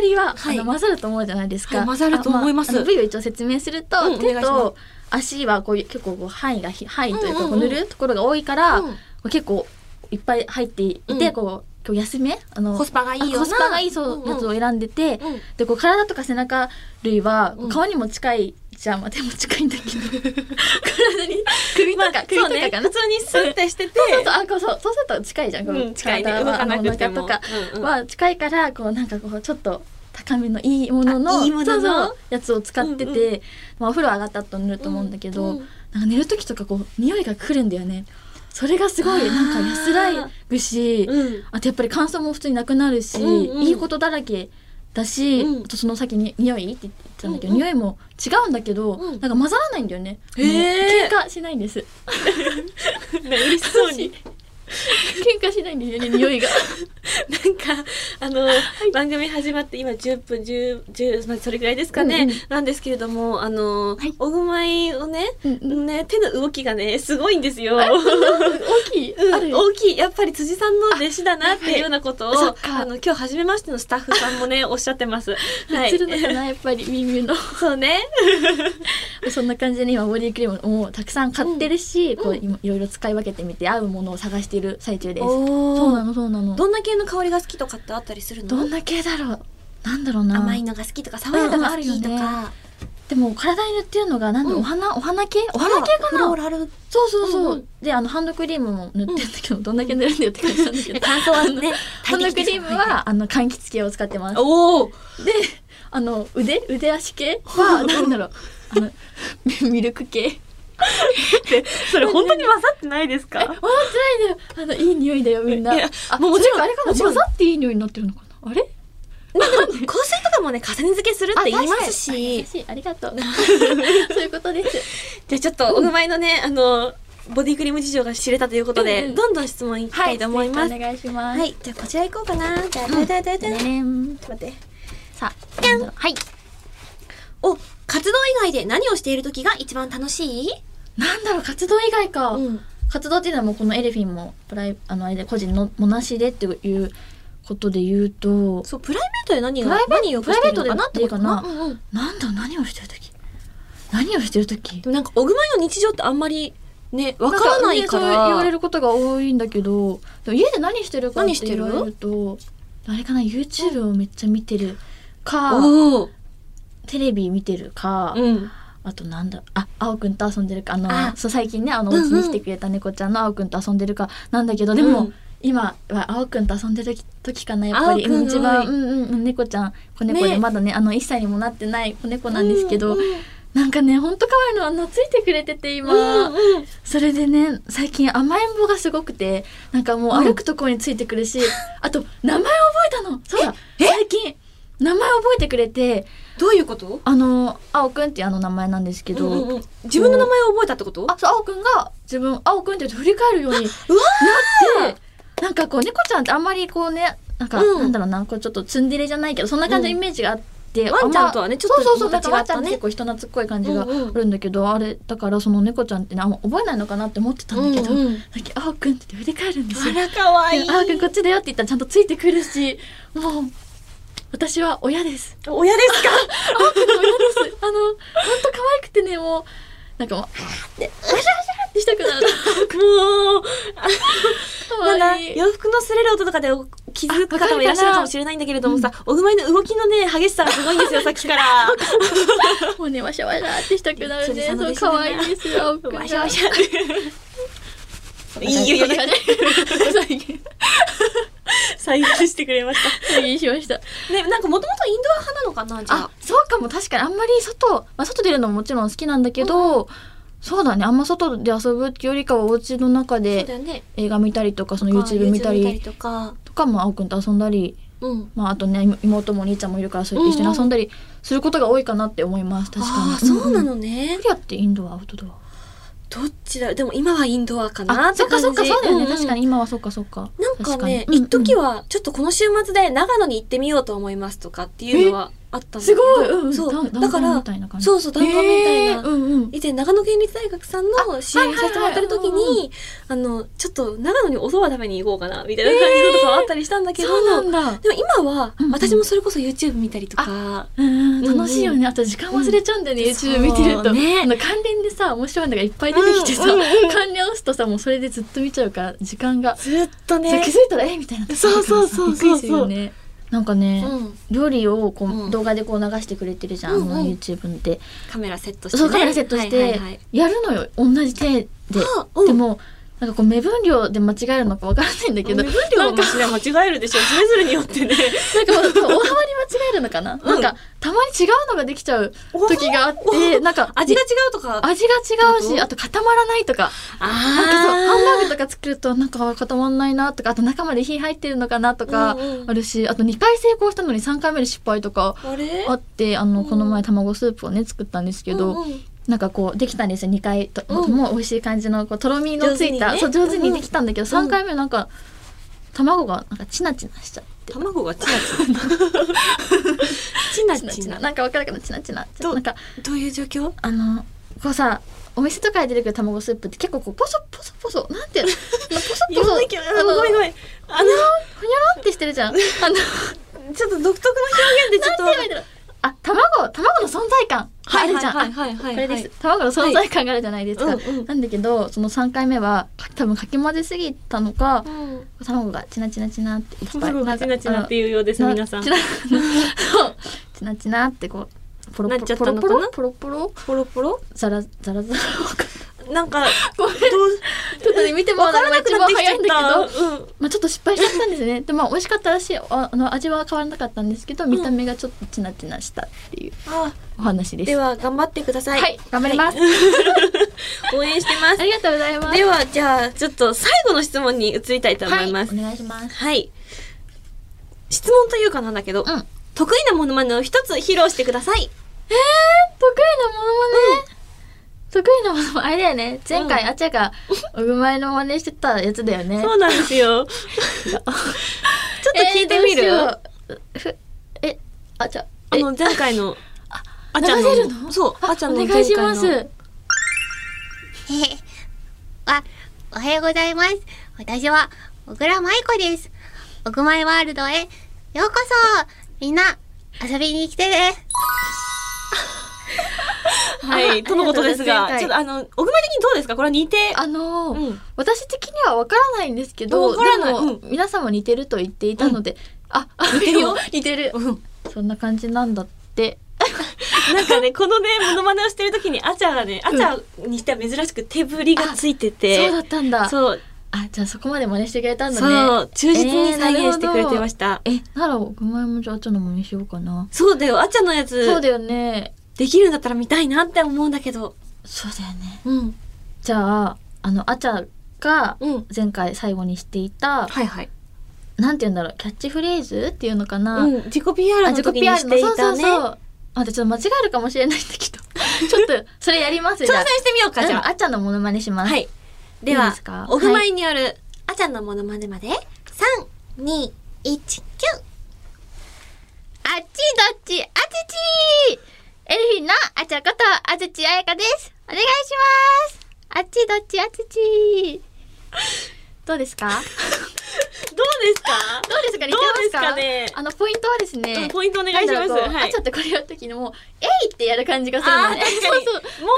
[SPEAKER 2] りは、
[SPEAKER 1] はい
[SPEAKER 2] あの混ざると思うじゃないですか。
[SPEAKER 1] はい混ざると思います
[SPEAKER 2] ああの部位を一応説明すると、
[SPEAKER 1] うんお
[SPEAKER 2] 手
[SPEAKER 1] 願いしま
[SPEAKER 2] と足はこういう結構こう範囲がひ範囲というか
[SPEAKER 1] うん
[SPEAKER 2] こ
[SPEAKER 1] うんう
[SPEAKER 2] うん塗るところが多いから、
[SPEAKER 1] うん
[SPEAKER 2] こう結構いっぱい入っていて、
[SPEAKER 1] うん
[SPEAKER 2] こう今日休めあの
[SPEAKER 1] コスパがいいような。
[SPEAKER 2] あコスパがいいそう、
[SPEAKER 1] んん
[SPEAKER 2] やつを選んでて、
[SPEAKER 1] うん
[SPEAKER 2] でこう体とか背中類は
[SPEAKER 1] うん
[SPEAKER 2] 顔にも近いじゃん、まあ、 (laughs) 手も近いんだけ
[SPEAKER 1] (laughs)
[SPEAKER 2] ど体に首とか、
[SPEAKER 1] まあ
[SPEAKER 2] 首とかかな、
[SPEAKER 1] 普通にスンってしてて。
[SPEAKER 2] そうそうあこうそうそうすると近いじゃんこう、
[SPEAKER 1] うん近いね
[SPEAKER 2] 体
[SPEAKER 1] 動
[SPEAKER 2] は
[SPEAKER 1] か
[SPEAKER 2] あの
[SPEAKER 1] な
[SPEAKER 2] お
[SPEAKER 1] くて
[SPEAKER 2] 腹
[SPEAKER 1] も
[SPEAKER 2] とか
[SPEAKER 1] うんうん
[SPEAKER 2] は近いからこうなんかこうちょっと高めのいいもの
[SPEAKER 1] あ
[SPEAKER 2] の
[SPEAKER 1] いいものの
[SPEAKER 2] そうそうやつを使ってて、
[SPEAKER 1] うんう
[SPEAKER 2] まあ、お風呂上がった後塗ると思うんだけど、
[SPEAKER 1] うんうん
[SPEAKER 2] なんか寝る時とかこう匂いがくるんだよねそれがすごいなんか安らぐし、
[SPEAKER 1] うん。
[SPEAKER 2] あとやっぱり乾燥も普通になくなるし、
[SPEAKER 1] うんうん
[SPEAKER 2] いいことだらけだし、
[SPEAKER 1] うん
[SPEAKER 2] あとその先に匂いって言ってたんだけど、
[SPEAKER 1] うんうん
[SPEAKER 2] 匂いも違うんだけど、
[SPEAKER 1] うん
[SPEAKER 2] なんか混ざらないんだよね。
[SPEAKER 1] へー
[SPEAKER 2] あの喧嘩しないんです。
[SPEAKER 1] (laughs) 嬉しそうに。
[SPEAKER 2] (laughs) 喧嘩しないんですよね、匂いが。
[SPEAKER 1] なんか、あの、番組始まって今10分、10、10、まあ、それぐらいですかね、
[SPEAKER 2] うんうん
[SPEAKER 1] なんですけれども、あの、
[SPEAKER 2] はい
[SPEAKER 1] おぐまいをね、
[SPEAKER 2] うんうん
[SPEAKER 1] ね、手の動きがね、すごいんですよ。
[SPEAKER 2] 大きい、
[SPEAKER 1] うん
[SPEAKER 2] ある
[SPEAKER 1] 大きい。やっぱり辻さんの弟子だなって
[SPEAKER 2] あはいいう
[SPEAKER 1] ようなことを、
[SPEAKER 2] そっか
[SPEAKER 1] あの、今日初めましてのスタッフさんも
[SPEAKER 2] (laughs)
[SPEAKER 1] ね、おっしゃってます。はい
[SPEAKER 2] 映。るのかな、やっぱり耳の。
[SPEAKER 1] (laughs) そうね。
[SPEAKER 2] そんな感じで今ボディクリームをたくさん買ってるし、
[SPEAKER 1] うん
[SPEAKER 2] こ
[SPEAKER 1] う
[SPEAKER 2] うん今いろいろ使い分けてみて合うものを探している最中です。そ
[SPEAKER 1] そう
[SPEAKER 2] なの、そうなの。
[SPEAKER 1] どんな系の香りが好きとかってあったりするの
[SPEAKER 2] どんな系だろう。なんだろうな。
[SPEAKER 1] 甘いのが好きとか、爽やかが好きと
[SPEAKER 2] うんうんある
[SPEAKER 1] か。
[SPEAKER 2] でも体に塗ってるのが、なんだろう
[SPEAKER 1] うん
[SPEAKER 2] お花、お花系お花系か
[SPEAKER 1] フ
[SPEAKER 2] な
[SPEAKER 1] ローラル。
[SPEAKER 2] そうそうそう。
[SPEAKER 1] うんうん
[SPEAKER 2] で、あの、ハンドクリームも塗ってんだけど、どんだけ塗るんだよって感じな
[SPEAKER 1] (laughs)
[SPEAKER 2] んだけど。
[SPEAKER 1] 感想はね、
[SPEAKER 2] ハンドクリームは、あの、柑橘系を使ってます。で、
[SPEAKER 1] おお
[SPEAKER 2] あの、腕腕足系は、なんだろう。
[SPEAKER 1] (laughs)
[SPEAKER 2] あの、ミミルク系。え、
[SPEAKER 1] それ本当に混ざってないです
[SPEAKER 2] 笑
[SPEAKER 1] か
[SPEAKER 2] ってないであの、いい匂いだよ、みんな。
[SPEAKER 1] いや
[SPEAKER 2] あ、
[SPEAKER 1] も
[SPEAKER 2] も
[SPEAKER 1] うも
[SPEAKER 2] う
[SPEAKER 1] ち
[SPEAKER 2] ち
[SPEAKER 1] ろん
[SPEAKER 2] ろん、あれかな
[SPEAKER 1] もちろん
[SPEAKER 2] 混ざっていい匂いになってるのかなあれ
[SPEAKER 1] 香水とかもね重ね付けするって言います
[SPEAKER 2] あ確かにあ優
[SPEAKER 1] し
[SPEAKER 2] しいありが
[SPEAKER 1] (laughs)
[SPEAKER 2] とう。そういうことです。
[SPEAKER 1] じゃあちょっとおぐまいのね、あのボディクリーム事情が知れたということで、
[SPEAKER 2] うんうん
[SPEAKER 1] どんどん質問いきたいと思います
[SPEAKER 2] お
[SPEAKER 1] はい、
[SPEAKER 2] 願いします。はい。
[SPEAKER 1] じゃあこちら行こうかなじゃあ
[SPEAKER 2] う
[SPEAKER 1] だ
[SPEAKER 2] ん
[SPEAKER 1] いだいだいだいちょ
[SPEAKER 2] ねん。
[SPEAKER 1] っと待って
[SPEAKER 2] さあ、なんだろうはい。
[SPEAKER 1] お活動以外で何をしている時が一番楽しい
[SPEAKER 2] なんだろう、活動以外か。
[SPEAKER 1] うん
[SPEAKER 2] 活動っていうのはもうこのエレフィンもプライあのあれで個人のもなしでっていうことで言うと
[SPEAKER 1] そう、プライベートで何
[SPEAKER 2] プライ
[SPEAKER 1] が、
[SPEAKER 2] ベ
[SPEAKER 1] 何をしてるのかなってことかな。
[SPEAKER 2] プ
[SPEAKER 1] うんうん
[SPEAKER 2] なんだ何をしてる時何をしてる時
[SPEAKER 1] でもなんか、おぐまいの日常ってあんまり、ね、わからないか
[SPEAKER 2] んねそう言
[SPEAKER 1] ら。
[SPEAKER 2] われることが多いんだけどでも家で何してるかっ
[SPEAKER 1] 何
[SPEAKER 2] て
[SPEAKER 1] して
[SPEAKER 2] 言
[SPEAKER 1] る
[SPEAKER 2] われるとあれかな YouTube をめっちゃ見てるか、
[SPEAKER 1] おお。
[SPEAKER 2] テレビ見てるか、
[SPEAKER 1] うん。
[SPEAKER 2] あとなんだあ青くんと遊んでるかあの
[SPEAKER 1] あ
[SPEAKER 2] そう最近ねあのお
[SPEAKER 1] うん
[SPEAKER 2] 家
[SPEAKER 1] うん
[SPEAKER 2] に来てくれた猫ちゃんの青くんと遊んでるかなんだけど、でも、
[SPEAKER 1] うん
[SPEAKER 2] 今は青くんと遊んでる時時かなやっぱり
[SPEAKER 1] 青くん
[SPEAKER 2] うん一
[SPEAKER 1] 多
[SPEAKER 2] 番、う
[SPEAKER 1] い
[SPEAKER 2] んうんうん、猫ちゃん子猫で、
[SPEAKER 1] ね
[SPEAKER 2] まだねあの1歳にもなってない子猫なんですけど、
[SPEAKER 1] うんうん
[SPEAKER 2] なんかねほんと可愛いのは懐いてくれてて今、
[SPEAKER 1] うんうん
[SPEAKER 2] それでね最近甘えん坊がすごくてなんかもう歩くところについてくるし、あと名前覚えたのそうだ最近名前覚えてくれて
[SPEAKER 1] どういうこと
[SPEAKER 2] あの青くんっていうあの名前なんですけど、
[SPEAKER 1] うんうんうん自分の名前を覚えたってこと
[SPEAKER 2] あそう青くんが自分青くんって言って振り返るようにな
[SPEAKER 1] うわ
[SPEAKER 2] ってなんかこう猫ちゃんってあんまりこうねなんか、
[SPEAKER 1] うん
[SPEAKER 2] なんだろうなこうちょっとツンデレじゃないけどそんな感じのイメージがあって、
[SPEAKER 1] ワンちゃんとはね、ちょっ
[SPEAKER 2] そう
[SPEAKER 1] と
[SPEAKER 2] そうそう
[SPEAKER 1] ま
[SPEAKER 2] だ
[SPEAKER 1] た
[SPEAKER 2] か
[SPEAKER 1] 違
[SPEAKER 2] らワ
[SPEAKER 1] っ
[SPEAKER 2] ンちゃん
[SPEAKER 1] た
[SPEAKER 2] って
[SPEAKER 1] ね
[SPEAKER 2] 結。構人懐っこい感じがあ
[SPEAKER 1] うんうん
[SPEAKER 2] るんだけど、あれだからその猫ちゃんってねあんま覚えないのかなって思ってたんだけど、
[SPEAKER 1] うんうん
[SPEAKER 2] さっき「あおくん」って言って振り返るんですよ。
[SPEAKER 1] ら、かわ
[SPEAKER 2] であおくんこっちだよって言ったらちゃんとついてくるしもう私は親です。
[SPEAKER 1] (laughs) 親ですか
[SPEAKER 2] あの、ほんと可愛くてね、もう、なんかもう、あーって、わしゃわしゃってしたくなる。
[SPEAKER 1] もう、な
[SPEAKER 2] 可
[SPEAKER 1] んか
[SPEAKER 2] 愛い。
[SPEAKER 1] 洋服の擦れる音とかで気づく方もいらっしゃるかもしれないんだけれどもさ、おぐまいの動きのね、激しさがすごいんですよ、さっき (laughs) から。
[SPEAKER 2] もうね、わしゃわしゃってしたくなるね。
[SPEAKER 1] それ
[SPEAKER 2] そう、
[SPEAKER 1] その
[SPEAKER 2] 可
[SPEAKER 1] ね
[SPEAKER 2] 愛いんですよ。
[SPEAKER 1] わしゃ (laughs) わし
[SPEAKER 2] ゃ。
[SPEAKER 1] ゃ。いいよいいよ
[SPEAKER 2] こんな感じ再現、
[SPEAKER 1] 再現してくれました。
[SPEAKER 2] 再現しました。
[SPEAKER 1] ね、なんかもともとインドア派なのかな、じゃ
[SPEAKER 2] (laughs) あ
[SPEAKER 1] あ。、
[SPEAKER 2] そうかも、確かにあんまり外、まあ、外出るのももちろん好きなんだけど、そうだね、あんま外で遊ぶっていうよりかはお家の中
[SPEAKER 1] そうだ
[SPEAKER 2] で
[SPEAKER 1] よね。
[SPEAKER 2] 映画見たりとか、その YouTube 見たり
[SPEAKER 1] とか。
[SPEAKER 2] とかも、青くんと遊んだり、
[SPEAKER 1] うん。
[SPEAKER 2] まあ、あとね妹妹もお兄ちゃんもいるからそうやって一緒に遊んだりすることが多いかなって思います確かに
[SPEAKER 1] ああ、そうな
[SPEAKER 2] の
[SPEAKER 1] のね
[SPEAKER 2] フ。リアってインドアアウトド
[SPEAKER 1] どっちだでも今はインドアか
[SPEAKER 2] ア
[SPEAKER 1] な
[SPEAKER 2] あ
[SPEAKER 1] って
[SPEAKER 2] そっ
[SPEAKER 1] 感
[SPEAKER 2] か
[SPEAKER 1] じ
[SPEAKER 2] そっかそうだよね、確か
[SPEAKER 1] に。
[SPEAKER 2] に今はそっかそっか
[SPEAKER 1] なんかね、
[SPEAKER 2] 確かに
[SPEAKER 1] 一時
[SPEAKER 2] うんうん
[SPEAKER 1] は、ちょっとこの週末で長野に行ってみようと思いますとかっていうのはあったんだけ
[SPEAKER 2] す
[SPEAKER 1] ど。
[SPEAKER 2] ごい、うん、
[SPEAKER 1] そ
[SPEAKER 2] だ
[SPEAKER 1] う。だから
[SPEAKER 2] み、たいな感じ
[SPEAKER 1] そうそう、弾丸みたい
[SPEAKER 2] へー
[SPEAKER 1] な。
[SPEAKER 2] うんうん
[SPEAKER 1] 以前、長野県立大学さんの支援をさせてもらってる時
[SPEAKER 2] はいはいは
[SPEAKER 1] に、あの、ちょっと長野におそば食べに行こうかな、みたいな感じのとかあったりしたんだけど、
[SPEAKER 2] そうなんだ、
[SPEAKER 1] でも今は
[SPEAKER 2] うんう、ん
[SPEAKER 1] 私もそれこそ YouTube 見たりとか、
[SPEAKER 2] うん
[SPEAKER 1] うん
[SPEAKER 2] うん、楽しいよねあと時間忘れちゃうんだよね、
[SPEAKER 1] うん
[SPEAKER 2] YouTube 見てる
[SPEAKER 1] そう
[SPEAKER 2] と、
[SPEAKER 1] ね
[SPEAKER 2] あの関連でさ面白いのがいっぱい出てきてさ、
[SPEAKER 1] うんうんうん
[SPEAKER 2] 関連押すとさもうそれでずっと見ちゃうから時間が、
[SPEAKER 1] ずっと
[SPEAKER 2] そう気づいたらえみたいな時あるからさ
[SPEAKER 1] そうそうそうそう
[SPEAKER 2] びっくりするよねなんかね、
[SPEAKER 1] うん、
[SPEAKER 2] 料理をこう、
[SPEAKER 1] うん
[SPEAKER 2] 動画でこう流してくれてるじゃん、
[SPEAKER 1] うんうん
[SPEAKER 2] あの YouTube で、
[SPEAKER 1] カメラセットして、ね。
[SPEAKER 2] そうカメラセットして、
[SPEAKER 1] はいはいはい
[SPEAKER 2] やるのよ同じ手で、
[SPEAKER 1] あうん
[SPEAKER 2] でもなんかこう目分量で間違えるのかわからないんだけど
[SPEAKER 1] 目分量
[SPEAKER 2] なん
[SPEAKER 1] は
[SPEAKER 2] か
[SPEAKER 1] 間違えるでしょそれぞれによって
[SPEAKER 2] (laughs)
[SPEAKER 1] ね
[SPEAKER 2] なんか大幅に間違えるのかな、なんかたまに違うのができちゃう時があっ
[SPEAKER 1] お
[SPEAKER 2] てなんか
[SPEAKER 1] 味が違うとか
[SPEAKER 2] 味が違
[SPEAKER 1] どうい
[SPEAKER 2] う
[SPEAKER 1] うこ
[SPEAKER 2] し
[SPEAKER 1] と
[SPEAKER 2] あと固まらないとかなんかそうハンバーグとか作るとなんか固まんないなとかあと中まで火入ってるのかなとか
[SPEAKER 1] うんうん
[SPEAKER 2] あるし、あと2回成功したのに3回目で失敗とか
[SPEAKER 1] あれ
[SPEAKER 2] あってあの
[SPEAKER 1] うん
[SPEAKER 2] この前卵スープをね作ったんですけど、
[SPEAKER 1] うんうん
[SPEAKER 2] なんかこうできたんですよ2回と、
[SPEAKER 1] うん
[SPEAKER 2] もう美味しい感じのこうとろみのついた
[SPEAKER 1] 上手にね
[SPEAKER 2] そう上手にできたんだけど、
[SPEAKER 1] ん
[SPEAKER 2] 三3回目なんか卵がなんかチナチナしちゃって。
[SPEAKER 1] 卵がチナ
[SPEAKER 2] (laughs)
[SPEAKER 1] チナチナチナ
[SPEAKER 2] なんかわからなくなっチナチナ
[SPEAKER 1] どう
[SPEAKER 2] なんか
[SPEAKER 1] どういう状況
[SPEAKER 2] あのこうさお店とかで出てくる卵スープって結構こうポソポソポソなんてポソポソ
[SPEAKER 1] いけどごめんごめんあ
[SPEAKER 2] ほにょろってしてる
[SPEAKER 1] (laughs)
[SPEAKER 2] じゃんあのなんて
[SPEAKER 1] のちょっと独特の表現でちょっと
[SPEAKER 2] 言えばいいんだろうあ卵卵の存在感あるじゃん、
[SPEAKER 1] はいはいはい
[SPEAKER 2] こ
[SPEAKER 1] は
[SPEAKER 2] れ
[SPEAKER 1] い
[SPEAKER 2] で
[SPEAKER 1] は
[SPEAKER 2] す、
[SPEAKER 1] い
[SPEAKER 2] 卵の存在感があるじゃないですか、
[SPEAKER 1] はいうんうん
[SPEAKER 2] なんだけどその3回目はか多分かき混ぜすぎたのか卵がチナチナチナっていっぱい
[SPEAKER 1] 卵がチナチナって
[SPEAKER 2] う
[SPEAKER 1] いうようです皆さん
[SPEAKER 2] チナそうチナチナってこうポロポ
[SPEAKER 1] なっ
[SPEAKER 2] ロ
[SPEAKER 1] ちゃっ
[SPEAKER 2] ポ
[SPEAKER 1] た
[SPEAKER 2] ロ
[SPEAKER 1] の
[SPEAKER 2] ポ
[SPEAKER 1] かな
[SPEAKER 2] ロポロポロ
[SPEAKER 1] ポロポロ
[SPEAKER 2] ザラザラザラ
[SPEAKER 1] なんか
[SPEAKER 2] ごめん
[SPEAKER 1] どう
[SPEAKER 2] ちょっとね見てもら
[SPEAKER 1] わ
[SPEAKER 2] う
[SPEAKER 1] か
[SPEAKER 2] の
[SPEAKER 1] ら
[SPEAKER 2] が
[SPEAKER 1] なくなって
[SPEAKER 2] 一番
[SPEAKER 1] きち
[SPEAKER 2] 早
[SPEAKER 1] ゃ
[SPEAKER 2] いん
[SPEAKER 1] っ
[SPEAKER 2] だけど
[SPEAKER 1] たうん
[SPEAKER 2] まあちょっと失敗しちゃったんですねでまあ美味しかったらしいああの味は変わらなかったんですけど見た目がちょっとチナチナしたっていう
[SPEAKER 1] あ
[SPEAKER 2] お話です、
[SPEAKER 1] では頑張ってください
[SPEAKER 2] はい頑張ります、
[SPEAKER 1] 応援してます
[SPEAKER 2] ありがとうございます
[SPEAKER 1] ではじゃあちょっと最後の質問に移りたいと思います。
[SPEAKER 2] はい、お願いします
[SPEAKER 1] はい。質問というかなんだけど、
[SPEAKER 2] うん
[SPEAKER 1] 得意なモノマネを一つ披露してください。
[SPEAKER 2] えー、得意なものまね、得意なものもあれだよね前回、
[SPEAKER 1] うん
[SPEAKER 2] あっちゃがおぐまいの真似してたやつだよ
[SPEAKER 1] (laughs)
[SPEAKER 2] ね
[SPEAKER 1] そうなんです
[SPEAKER 2] (laughs)
[SPEAKER 1] よ。ちょっと聞いてみる。
[SPEAKER 2] えーどうしようふえあっちゃ
[SPEAKER 1] あの前回のあ
[SPEAKER 2] 流せるの
[SPEAKER 1] そうあちゃんの
[SPEAKER 2] お
[SPEAKER 1] 前
[SPEAKER 2] 願
[SPEAKER 1] 回
[SPEAKER 2] いし
[SPEAKER 1] の
[SPEAKER 2] ます
[SPEAKER 3] へへわ、おはようございます。私は、小倉舞子です。おぐまいワールドへ、ようこそみんな、遊びに来てね
[SPEAKER 1] はい、とのことです
[SPEAKER 2] あ
[SPEAKER 1] が、
[SPEAKER 2] り
[SPEAKER 1] ちょ
[SPEAKER 2] がと
[SPEAKER 1] っ
[SPEAKER 2] うございます前回
[SPEAKER 1] とあの、おぐま的にどうですかこれは似て。
[SPEAKER 2] あのー
[SPEAKER 1] うん。
[SPEAKER 2] 私的にはわからないんですけど
[SPEAKER 1] わからない
[SPEAKER 2] でも、
[SPEAKER 1] う
[SPEAKER 2] 皆さんも似てると言っていたので、あ似
[SPEAKER 1] てる (laughs) よ
[SPEAKER 2] 似てる
[SPEAKER 1] うん
[SPEAKER 2] そんな感じなんだって
[SPEAKER 1] なんかね、このね、モノマネをしてる時に、アチャがね、アチャにしては珍しく手振りがついて
[SPEAKER 2] そう
[SPEAKER 1] て
[SPEAKER 2] だ、ったんだ
[SPEAKER 1] そう、
[SPEAKER 2] あじゃあそこまで真似してくれたんだ
[SPEAKER 1] そ
[SPEAKER 2] ね
[SPEAKER 1] う、忠実に再現してくれてました。え、
[SPEAKER 2] ならお前もじゃああっちゃんの真似しようかな
[SPEAKER 1] そうだよ、アチャのや
[SPEAKER 2] そう
[SPEAKER 1] つ、
[SPEAKER 2] だよね
[SPEAKER 1] できるんだったら見たいなって思うんだけど。
[SPEAKER 2] そうだよね
[SPEAKER 1] うん、
[SPEAKER 2] じゃああのあっちゃんが
[SPEAKER 1] うん。
[SPEAKER 2] 前回最後にしていた、
[SPEAKER 1] はいはい。
[SPEAKER 2] なんて言うんだろうキャッチフレーズっていうのかな、
[SPEAKER 1] うん、自己 PR
[SPEAKER 2] あ
[SPEAKER 1] の
[SPEAKER 2] 自己
[SPEAKER 1] 時に
[SPEAKER 2] PR
[SPEAKER 1] し
[SPEAKER 2] の
[SPEAKER 1] てい
[SPEAKER 2] そうそ
[SPEAKER 1] た
[SPEAKER 2] う
[SPEAKER 1] ね。
[SPEAKER 2] そう待ってちょっと間違えるかもしれないんだけど (laughs) ちょっとそれやります
[SPEAKER 1] 挑
[SPEAKER 2] じゃ
[SPEAKER 1] 戦
[SPEAKER 2] あ
[SPEAKER 1] してみようか、じ
[SPEAKER 2] うん
[SPEAKER 1] ゃ
[SPEAKER 2] あっちゃんのモノマネし
[SPEAKER 1] あ。
[SPEAKER 2] ます、
[SPEAKER 1] はい。では、
[SPEAKER 2] すか
[SPEAKER 1] おぐま
[SPEAKER 2] はい
[SPEAKER 1] による、あちゃんのモノマネまで、
[SPEAKER 3] !3、2、1、9!
[SPEAKER 2] あっちどっちあちちエルフィンのあちゃことあずちあやかですお願いしますあっちどっちあちち
[SPEAKER 1] (laughs)
[SPEAKER 2] どうですか
[SPEAKER 1] どうですか
[SPEAKER 2] どうですか似
[SPEAKER 1] ど
[SPEAKER 2] て
[SPEAKER 1] うです
[SPEAKER 2] ますか
[SPEAKER 1] かね
[SPEAKER 2] あのポイントはですね
[SPEAKER 1] ポイントお願いしま
[SPEAKER 2] なん
[SPEAKER 1] す。
[SPEAKER 2] だろうこう
[SPEAKER 1] は
[SPEAKER 2] あ
[SPEAKER 1] い
[SPEAKER 2] ちゃ。ってこれやるときにもうえいってやる感じがするのね
[SPEAKER 1] あー確かに
[SPEAKER 2] そうそう
[SPEAKER 1] も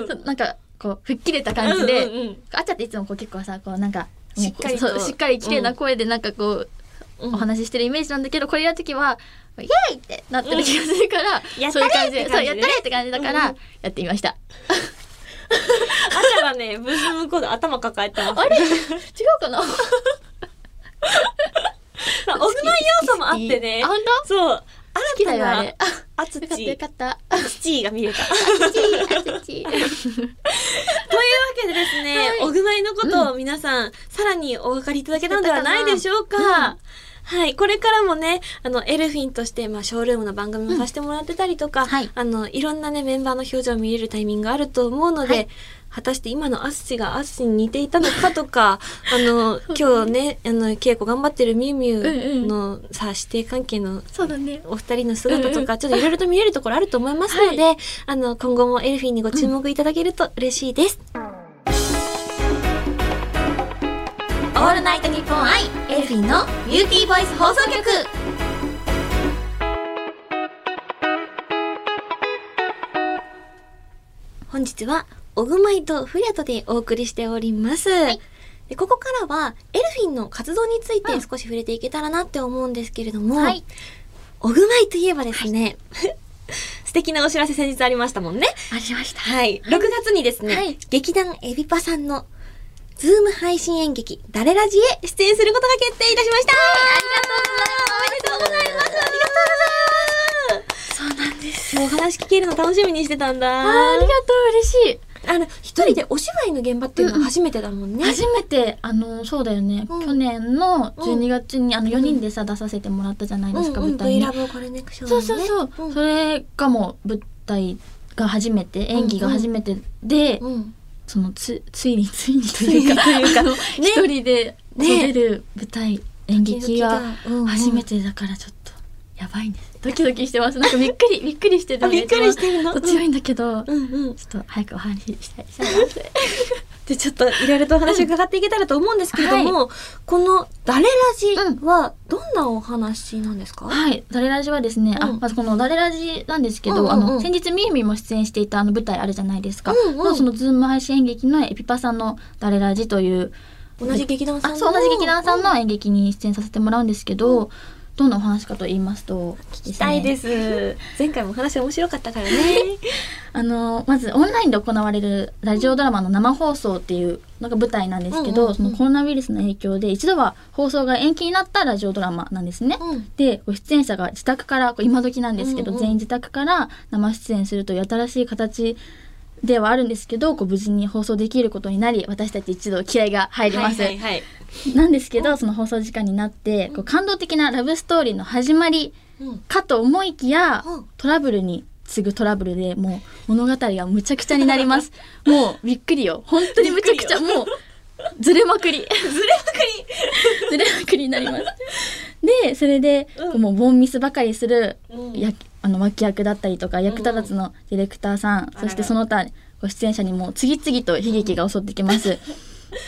[SPEAKER 1] う、
[SPEAKER 2] だから、なんかこう吹っ切れた感じで、
[SPEAKER 1] うんうん
[SPEAKER 2] あっちゃんっていつもこう結構さこうなんか
[SPEAKER 1] しっかりと
[SPEAKER 2] そうしっかり綺麗な声でなんかこう、
[SPEAKER 1] うん
[SPEAKER 2] お話ししてるイメージなんだけどこれやる時は「イエーイ!」ってなってる気がするから、
[SPEAKER 1] やった
[SPEAKER 2] そう
[SPEAKER 1] れ
[SPEAKER 2] い
[SPEAKER 1] っ
[SPEAKER 2] う感じで
[SPEAKER 1] て感じね
[SPEAKER 2] そうやったれって感じだ
[SPEAKER 1] う
[SPEAKER 2] から、
[SPEAKER 1] んうん
[SPEAKER 2] やってみました
[SPEAKER 1] あちゃがね、ブースの向こうで頭抱えてます。
[SPEAKER 2] あれ違うかな
[SPEAKER 1] まあお住まい要素もあってね
[SPEAKER 2] あ。本当
[SPEAKER 1] そう。
[SPEAKER 2] 好き
[SPEAKER 1] 新た
[SPEAKER 2] だよあ
[SPEAKER 1] な
[SPEAKER 2] れあ
[SPEAKER 1] あつ
[SPEAKER 2] よかったよ
[SPEAKER 1] ち
[SPEAKER 2] か、った
[SPEAKER 1] あつちが見れた。というわ
[SPEAKER 2] あっちあっち
[SPEAKER 1] けでですね
[SPEAKER 2] はい、
[SPEAKER 1] おぐまいのことを皆さん、さらにお分かりいただけたのではないでしょう
[SPEAKER 2] かなう
[SPEAKER 1] か。はい。これからもね、あの、エルフィンとして、まあ、ショールームの番組もさせてもらってたりとか、
[SPEAKER 2] んはい
[SPEAKER 1] あの、いろんなね、メンバーの表情を見れるタイミングがあると思うので、
[SPEAKER 2] はい
[SPEAKER 1] 果たして今のアッシがアッシに似ていたのかとか、あ
[SPEAKER 2] (laughs)
[SPEAKER 1] の、今日ね、あの、稽古頑張ってるミュウミュウのさ、師弟関係の
[SPEAKER 2] そうだね
[SPEAKER 1] お二人の姿とか、ちょっといろいろと見えるところあると思いますので、あの、今後もエルフィンにご注目いただけると嬉しいです。
[SPEAKER 3] オールナイトニッポンアイエルフィンのビューティーボイス放送局
[SPEAKER 1] 本日は、オグマイとフリャトでお送りしております。でここからは、エルフィンの活動について
[SPEAKER 2] うん
[SPEAKER 1] 少し触れていけたらなって思うんですけれども、
[SPEAKER 2] はい
[SPEAKER 1] オグマイといえばですね、 (laughs) 素敵なお知らせ先日ありましたもんね。
[SPEAKER 2] ありました
[SPEAKER 1] はい。6月にですね、
[SPEAKER 2] はい
[SPEAKER 1] 劇団エビパさんの、ズーム配信演劇、ダレラジへ出演することが決定いたしましたありがとうございますおめでとうございますありがとうございます
[SPEAKER 2] そうなんです
[SPEAKER 1] もうお話聞けるの楽しみにしてたんだ。
[SPEAKER 2] あーありがとう嬉しい
[SPEAKER 1] あの、一人でお芝居の現場っていうのは初めてだもんね。
[SPEAKER 2] 初めてあのそうだよね、
[SPEAKER 1] うん
[SPEAKER 2] 去年の12月にあの4人でさ、出させてもらったじゃないですか、
[SPEAKER 1] うんうん、
[SPEAKER 2] 舞台
[SPEAKER 1] V
[SPEAKER 2] に
[SPEAKER 1] ラブコネクション
[SPEAKER 2] そ
[SPEAKER 1] の
[SPEAKER 2] う
[SPEAKER 1] ね。
[SPEAKER 2] そうそう、
[SPEAKER 1] うん
[SPEAKER 2] それがもう舞台が初めて演技が初めてで、
[SPEAKER 1] うん。
[SPEAKER 2] そのつついについにというかあの一、人でこう出る舞台、演劇が初め
[SPEAKER 1] て。
[SPEAKER 2] てだからちょっとやばいねドキドキしてますなんかびっくりびっくりしてて
[SPEAKER 1] あびっくりしてるの。
[SPEAKER 2] 一番強いんだけど、ちょ
[SPEAKER 1] うんうん。
[SPEAKER 2] っと早くお話ししたいしたいなって
[SPEAKER 1] でちょっといろいろとお話を伺っていけたらと思うんですけれども、この「ダレラジ」はどんなお話なんですか、
[SPEAKER 2] はい、ダレラジはですね、あ
[SPEAKER 1] うん
[SPEAKER 2] まずこのダレラジなんですけど、
[SPEAKER 1] うんうんうん
[SPEAKER 2] あの先日みゆみも出演していたあの舞台あるじゃないですか、
[SPEAKER 1] うんうん
[SPEAKER 2] のそのズーム配信演劇のエピパさんのダレラジという
[SPEAKER 1] 同じ劇団さん
[SPEAKER 2] あ
[SPEAKER 1] の
[SPEAKER 2] そう同じ劇団さんの演劇に出演させてもらうんですけど、どんなお話かと言いますと聞
[SPEAKER 1] 聞きたいです
[SPEAKER 2] ね、
[SPEAKER 1] 前回もお話面白かったからね
[SPEAKER 2] あのまずオンラインで行われるラジオドラマの生放送っていうのが舞台なんですけど、
[SPEAKER 1] うんうんうん
[SPEAKER 2] そのコロナウイルスの影響で一度は放送が延期になったラジオドラマなんですね。
[SPEAKER 1] うん
[SPEAKER 2] でこう出演者が自宅からこう今時なんですけど、
[SPEAKER 1] うんうん
[SPEAKER 2] 全員自宅から生出演するという新しい形ではあるんですけどこう無事に放送できることになり私たち一度気合が入ります、
[SPEAKER 1] はいはいはい
[SPEAKER 2] なんですけどその放送時間になってこう感動的なラブストーリーの始まり
[SPEAKER 1] うん
[SPEAKER 2] かと思いきや、
[SPEAKER 1] うん
[SPEAKER 2] トラブルに次ぐトラブルでもう物語がむちゃくちゃにな
[SPEAKER 1] (laughs)
[SPEAKER 2] りますもうびっくりよ本当にむちゃくちゃもうずれまくり (laughs) ずれまくりずれまくりになりますでそれで、
[SPEAKER 1] うん
[SPEAKER 2] こうもうボンミスばかりする
[SPEAKER 1] うん
[SPEAKER 2] やあの脇役だったりとか役立たずのディレクターさん、
[SPEAKER 1] らら (laughs)
[SPEAKER 2] そしてその他ご出演者にも次々と悲劇が襲ってきます、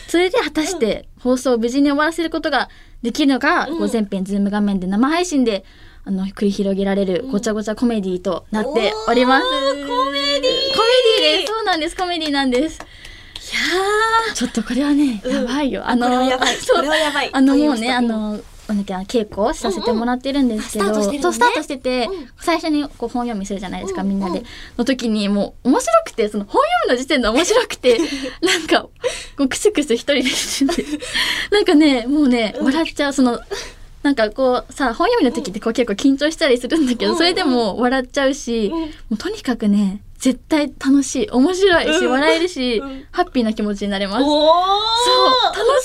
[SPEAKER 2] それで果たして放送を無事に終わらせることができるのか、
[SPEAKER 1] うん
[SPEAKER 2] こう全編ズーム画面で生配信であの繰り広げられるごちゃごちゃコメディとなっております。
[SPEAKER 1] おーコメディ
[SPEAKER 2] コメディです。そうなんです。コメディなんです。
[SPEAKER 1] い
[SPEAKER 2] ちょっとこれはね、やばいよ。あ
[SPEAKER 1] やー、これはやばい。
[SPEAKER 2] そう
[SPEAKER 1] これはやばい。
[SPEAKER 2] あの
[SPEAKER 1] と言い
[SPEAKER 2] も
[SPEAKER 1] ま
[SPEAKER 2] う
[SPEAKER 1] し
[SPEAKER 2] ね、
[SPEAKER 1] た
[SPEAKER 2] あ、の、なんだっけな、稽古をさせてもらってるんですけど、
[SPEAKER 1] うんうんあスタートしてるのね
[SPEAKER 2] そうスタートしてて、
[SPEAKER 1] うん
[SPEAKER 2] 最初にこう本読みするじゃないですか、
[SPEAKER 1] うん
[SPEAKER 2] みんなで、
[SPEAKER 1] うん
[SPEAKER 2] の時に、もう面白くて、その本読みの時点で面白く
[SPEAKER 1] (laughs)
[SPEAKER 2] て、なんか、こうクスクス一人でしてて、なんかね、もうね、笑っちゃう、その、なんかこうさ、本読みの時ってこう結構緊張したりするんだけど、
[SPEAKER 1] うん
[SPEAKER 2] それでも笑っちゃうし、
[SPEAKER 1] うん
[SPEAKER 2] もうとにかくね、絶対楽しい、面白いし、
[SPEAKER 1] うん
[SPEAKER 2] 笑えるし、
[SPEAKER 1] うん
[SPEAKER 2] ハッピーな気持ちになれま
[SPEAKER 1] お
[SPEAKER 2] す。
[SPEAKER 1] ー
[SPEAKER 2] そう楽しいの本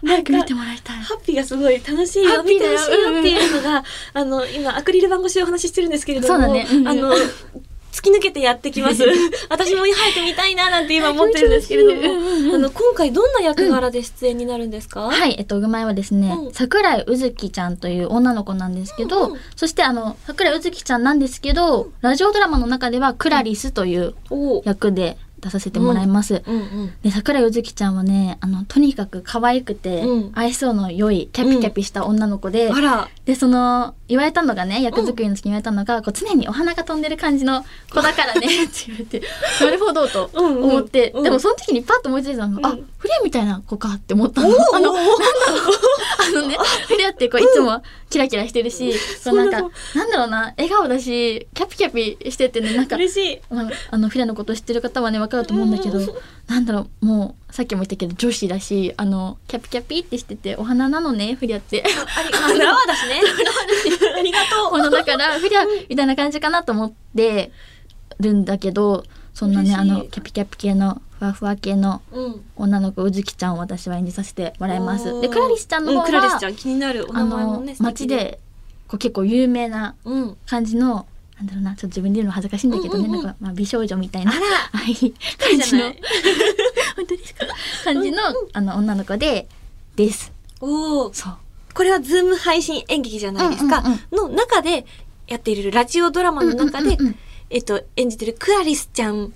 [SPEAKER 2] 当
[SPEAKER 1] (laughs)
[SPEAKER 2] に早く見てもらいたい
[SPEAKER 1] ハッピーがすごい楽しいよ
[SPEAKER 2] ハッピ
[SPEAKER 1] 見
[SPEAKER 2] ー
[SPEAKER 1] て
[SPEAKER 2] だよ
[SPEAKER 1] ほしいよっていうのが、あの今アクリル板越しでお話ししてるんですけれども
[SPEAKER 2] そうだねうんうん
[SPEAKER 1] あの突き抜けてやってき
[SPEAKER 2] (laughs)
[SPEAKER 1] ます私も早く見たいななんて今思ってるんですけれども、
[SPEAKER 2] 気持ちよしいうんうんうん
[SPEAKER 1] あの今回どんな役柄で出演になるんですか、
[SPEAKER 2] はい、えっと、うぐまいはですね、
[SPEAKER 1] うん
[SPEAKER 2] 桜井うずきちゃんという女の子なんですけど、
[SPEAKER 1] うんうん
[SPEAKER 2] そしてあの、桜井うずきちゃんなんですけど、ラジオドラマの中ではクラリスという
[SPEAKER 1] おー
[SPEAKER 2] 役で出させてもらいます。
[SPEAKER 1] うんうん
[SPEAKER 2] で桜井うずきちゃんはねあのとにかく可愛くて、
[SPEAKER 1] うん
[SPEAKER 2] 愛想の良いキャピキャピした女の子で、
[SPEAKER 1] あら
[SPEAKER 2] でその言われたのがね役作りの時に言われたのが、こう常にお花が飛んでる感じの子だから
[SPEAKER 1] (laughs)
[SPEAKER 2] ねって言われてなるほどと
[SPEAKER 1] うんうん
[SPEAKER 2] 思って、
[SPEAKER 1] うん
[SPEAKER 2] でもその時にパッと思いついたのが、
[SPEAKER 1] う
[SPEAKER 2] あ
[SPEAKER 1] ん
[SPEAKER 2] フレみたいな子かって思ったの。あの
[SPEAKER 1] おー
[SPEAKER 2] あのね、フレアってこういつもキラキラしてるし、そうなんか
[SPEAKER 1] そう
[SPEAKER 2] なんだろうな笑顔だしキャピキャピしててねなんか
[SPEAKER 1] 嬉しい
[SPEAKER 2] まああのフィラのこと知ってる方はね分かると思うんだけど、
[SPEAKER 1] うんうん
[SPEAKER 2] なんだろうもうさっきも言ったけど女子だしあのキャピキャピってしててお花なのねフィラって。
[SPEAKER 1] あ
[SPEAKER 2] (laughs)
[SPEAKER 1] りフラワーだしね (laughs) ありが
[SPEAKER 2] も
[SPEAKER 1] と
[SPEAKER 2] のだからフィラみたいな感じかなと思ってるんだけどそんなね
[SPEAKER 1] 嬉しい
[SPEAKER 2] あのキャピキャピ系のふわふわ系の
[SPEAKER 1] う、うん、
[SPEAKER 2] 女の子うずきちゃんを私は演じさせてもらいます。
[SPEAKER 1] お
[SPEAKER 2] で
[SPEAKER 1] ー
[SPEAKER 2] クラリスちゃんの方
[SPEAKER 1] う
[SPEAKER 2] は、
[SPEAKER 1] クラリスちゃん気になるお
[SPEAKER 2] あ
[SPEAKER 1] 名前も
[SPEAKER 2] の
[SPEAKER 1] ね素
[SPEAKER 2] 街
[SPEAKER 1] 敵
[SPEAKER 2] でこう結構有名な
[SPEAKER 1] うん
[SPEAKER 2] 感じのなんだろうなちょっと自分で言うの恥ずかしいんだけどね、
[SPEAKER 1] うんうんうん
[SPEAKER 2] なんか、まあ、美少女みたい
[SPEAKER 1] あ
[SPEAKER 2] な
[SPEAKER 1] ら
[SPEAKER 2] は
[SPEAKER 1] い
[SPEAKER 2] い、
[SPEAKER 1] い
[SPEAKER 2] 感
[SPEAKER 1] じ
[SPEAKER 2] じ
[SPEAKER 1] ゃ
[SPEAKER 2] の
[SPEAKER 1] ない
[SPEAKER 2] 本当ですか感じのあの女の子でです
[SPEAKER 1] おー
[SPEAKER 2] そう
[SPEAKER 1] これはズーム配信演劇じゃないですか、
[SPEAKER 2] うんうん
[SPEAKER 1] の中でやっているラジオドラマの中で、
[SPEAKER 2] うんうんうん
[SPEAKER 1] えっと、演じてるクラリスちゃん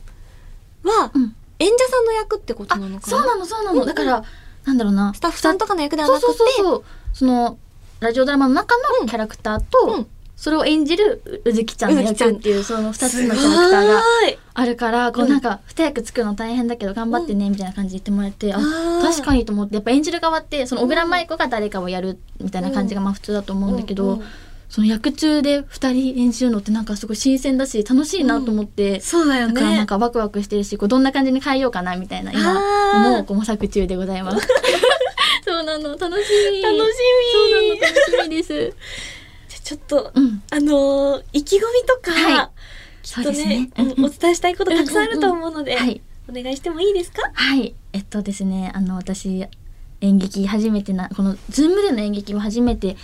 [SPEAKER 1] は、
[SPEAKER 2] うん
[SPEAKER 1] 演者さんの役ってこと
[SPEAKER 2] あ
[SPEAKER 1] なのか
[SPEAKER 2] そ
[SPEAKER 1] な
[SPEAKER 2] うなのそうな
[SPEAKER 1] うんう
[SPEAKER 2] の
[SPEAKER 1] ん
[SPEAKER 2] だからなんだろうな
[SPEAKER 1] スタッフさんとかの役では
[SPEAKER 2] そう
[SPEAKER 1] なくて
[SPEAKER 2] そうそうそうそのラジオドラマの中のキャラクターと、
[SPEAKER 1] うん
[SPEAKER 2] それを演じるうずきちゃんの
[SPEAKER 1] うずきちゃ
[SPEAKER 2] 役
[SPEAKER 1] ん
[SPEAKER 2] っていうその2つのキャラクターが
[SPEAKER 1] すごい
[SPEAKER 2] あるからこ
[SPEAKER 1] う
[SPEAKER 2] うんなんか二役作るの大変だけど頑張ってねみたいな感じで言ってもらって、
[SPEAKER 1] あ
[SPEAKER 2] あ
[SPEAKER 1] ー
[SPEAKER 2] 確かにと思ってやっぱ演じる側ってその小倉舞子が誰かをやるみたいな感じがまあ普通だと思うんだけど、
[SPEAKER 1] うんうん
[SPEAKER 2] その役中で二人演じるのってなんかすごい新鮮だし楽しいなと思って、
[SPEAKER 1] そうだよ
[SPEAKER 2] だからなん
[SPEAKER 1] ね。
[SPEAKER 2] かワクワクしてるしこうどんな感じに変えようかなみたいな今
[SPEAKER 1] あー
[SPEAKER 2] もうこう模索中でござい
[SPEAKER 1] (laughs)
[SPEAKER 2] ます。そうなの楽しみ
[SPEAKER 1] 楽し
[SPEAKER 2] そう
[SPEAKER 1] み
[SPEAKER 2] なの楽しみです。
[SPEAKER 1] じゃあちょっと、
[SPEAKER 2] (laughs) うん
[SPEAKER 1] あのー意気込みとか、
[SPEAKER 2] はい
[SPEAKER 1] き
[SPEAKER 2] そ
[SPEAKER 1] っ
[SPEAKER 2] う
[SPEAKER 1] と
[SPEAKER 2] で
[SPEAKER 1] ね
[SPEAKER 2] すね。
[SPEAKER 1] うんお伝えしたいことたくさんあると思うので、
[SPEAKER 2] はい
[SPEAKER 1] お願いしてもいいですか
[SPEAKER 2] はい、えっとですね、あの私演劇初めてなこのズームでの演劇も初めて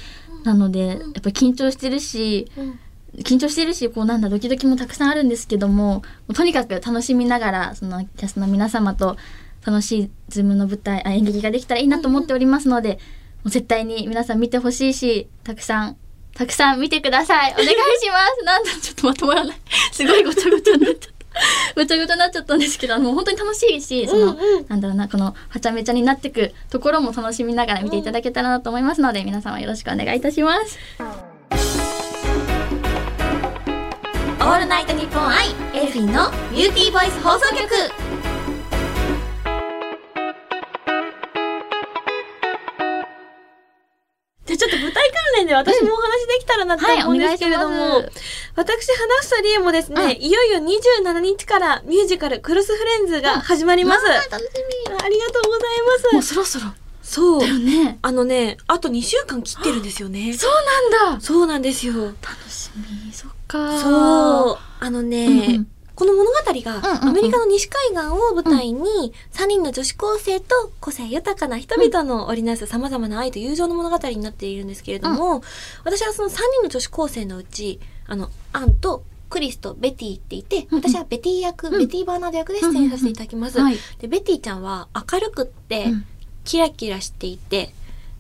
[SPEAKER 2] なので、
[SPEAKER 1] うん
[SPEAKER 2] やっぱ緊張してるし、
[SPEAKER 1] うん
[SPEAKER 2] 緊張してるし、こうなんだドキドキもたくさんあるんですけども、もうとにかく楽しみながらそのキャストの皆様と楽しいズームの舞台あ演劇ができたらいいなと思っておりますので、もう絶対に皆さん見てほしいし、たくさん。たくさん見てください。お願いします。なんだ、ちょっとまとまらない。すごいごちゃごちゃになっちゃった。ごちゃごちゃになっちゃったんですけど、あのもう本当に楽しいし、その、
[SPEAKER 1] うんうん
[SPEAKER 2] なんだろうな、このはちゃめちゃになってくところも楽しみながら見ていただけたらなと思いますので、皆様よろしくお願いいたします。
[SPEAKER 1] オールナイトニッポンアイエルフィンのビューティーボイス放送局じゃあちょっと舞台関連で私もお話できたらなって
[SPEAKER 2] はい、
[SPEAKER 1] 思
[SPEAKER 2] お
[SPEAKER 1] うんで
[SPEAKER 2] 願い
[SPEAKER 1] す
[SPEAKER 2] し
[SPEAKER 1] けれども、
[SPEAKER 2] ます。
[SPEAKER 1] 私花房理恵もですね、
[SPEAKER 2] うん
[SPEAKER 1] いよいよ27日からミュージカルクロスフレンズが始まります、
[SPEAKER 3] 楽し
[SPEAKER 1] ありがとうござい
[SPEAKER 2] も
[SPEAKER 1] ま
[SPEAKER 2] うそろそろ
[SPEAKER 1] すそ
[SPEAKER 2] だよ
[SPEAKER 1] う
[SPEAKER 2] ね。
[SPEAKER 1] あのねあと2週間切ってるんですよね
[SPEAKER 2] そうなんだ。
[SPEAKER 1] そうなんですよ
[SPEAKER 2] 楽しみ、そっか。
[SPEAKER 1] そうあのね、
[SPEAKER 2] うんうん
[SPEAKER 1] この物語が
[SPEAKER 2] うんうんうん
[SPEAKER 1] アメリカの西海岸を舞台に3人の女子高生と個性豊かな人々の織りなす様々な愛と友情の物語になっているんですけれども、私はその3人の女子高生のうちあのアンとクリスとベティっていて
[SPEAKER 2] うんうん
[SPEAKER 1] 私はベティ役、
[SPEAKER 2] うん
[SPEAKER 1] ベティバーナード役で出演させていただきます。
[SPEAKER 2] はい。
[SPEAKER 1] でベティちゃんは明るくって、
[SPEAKER 2] うん
[SPEAKER 1] キラキラしていて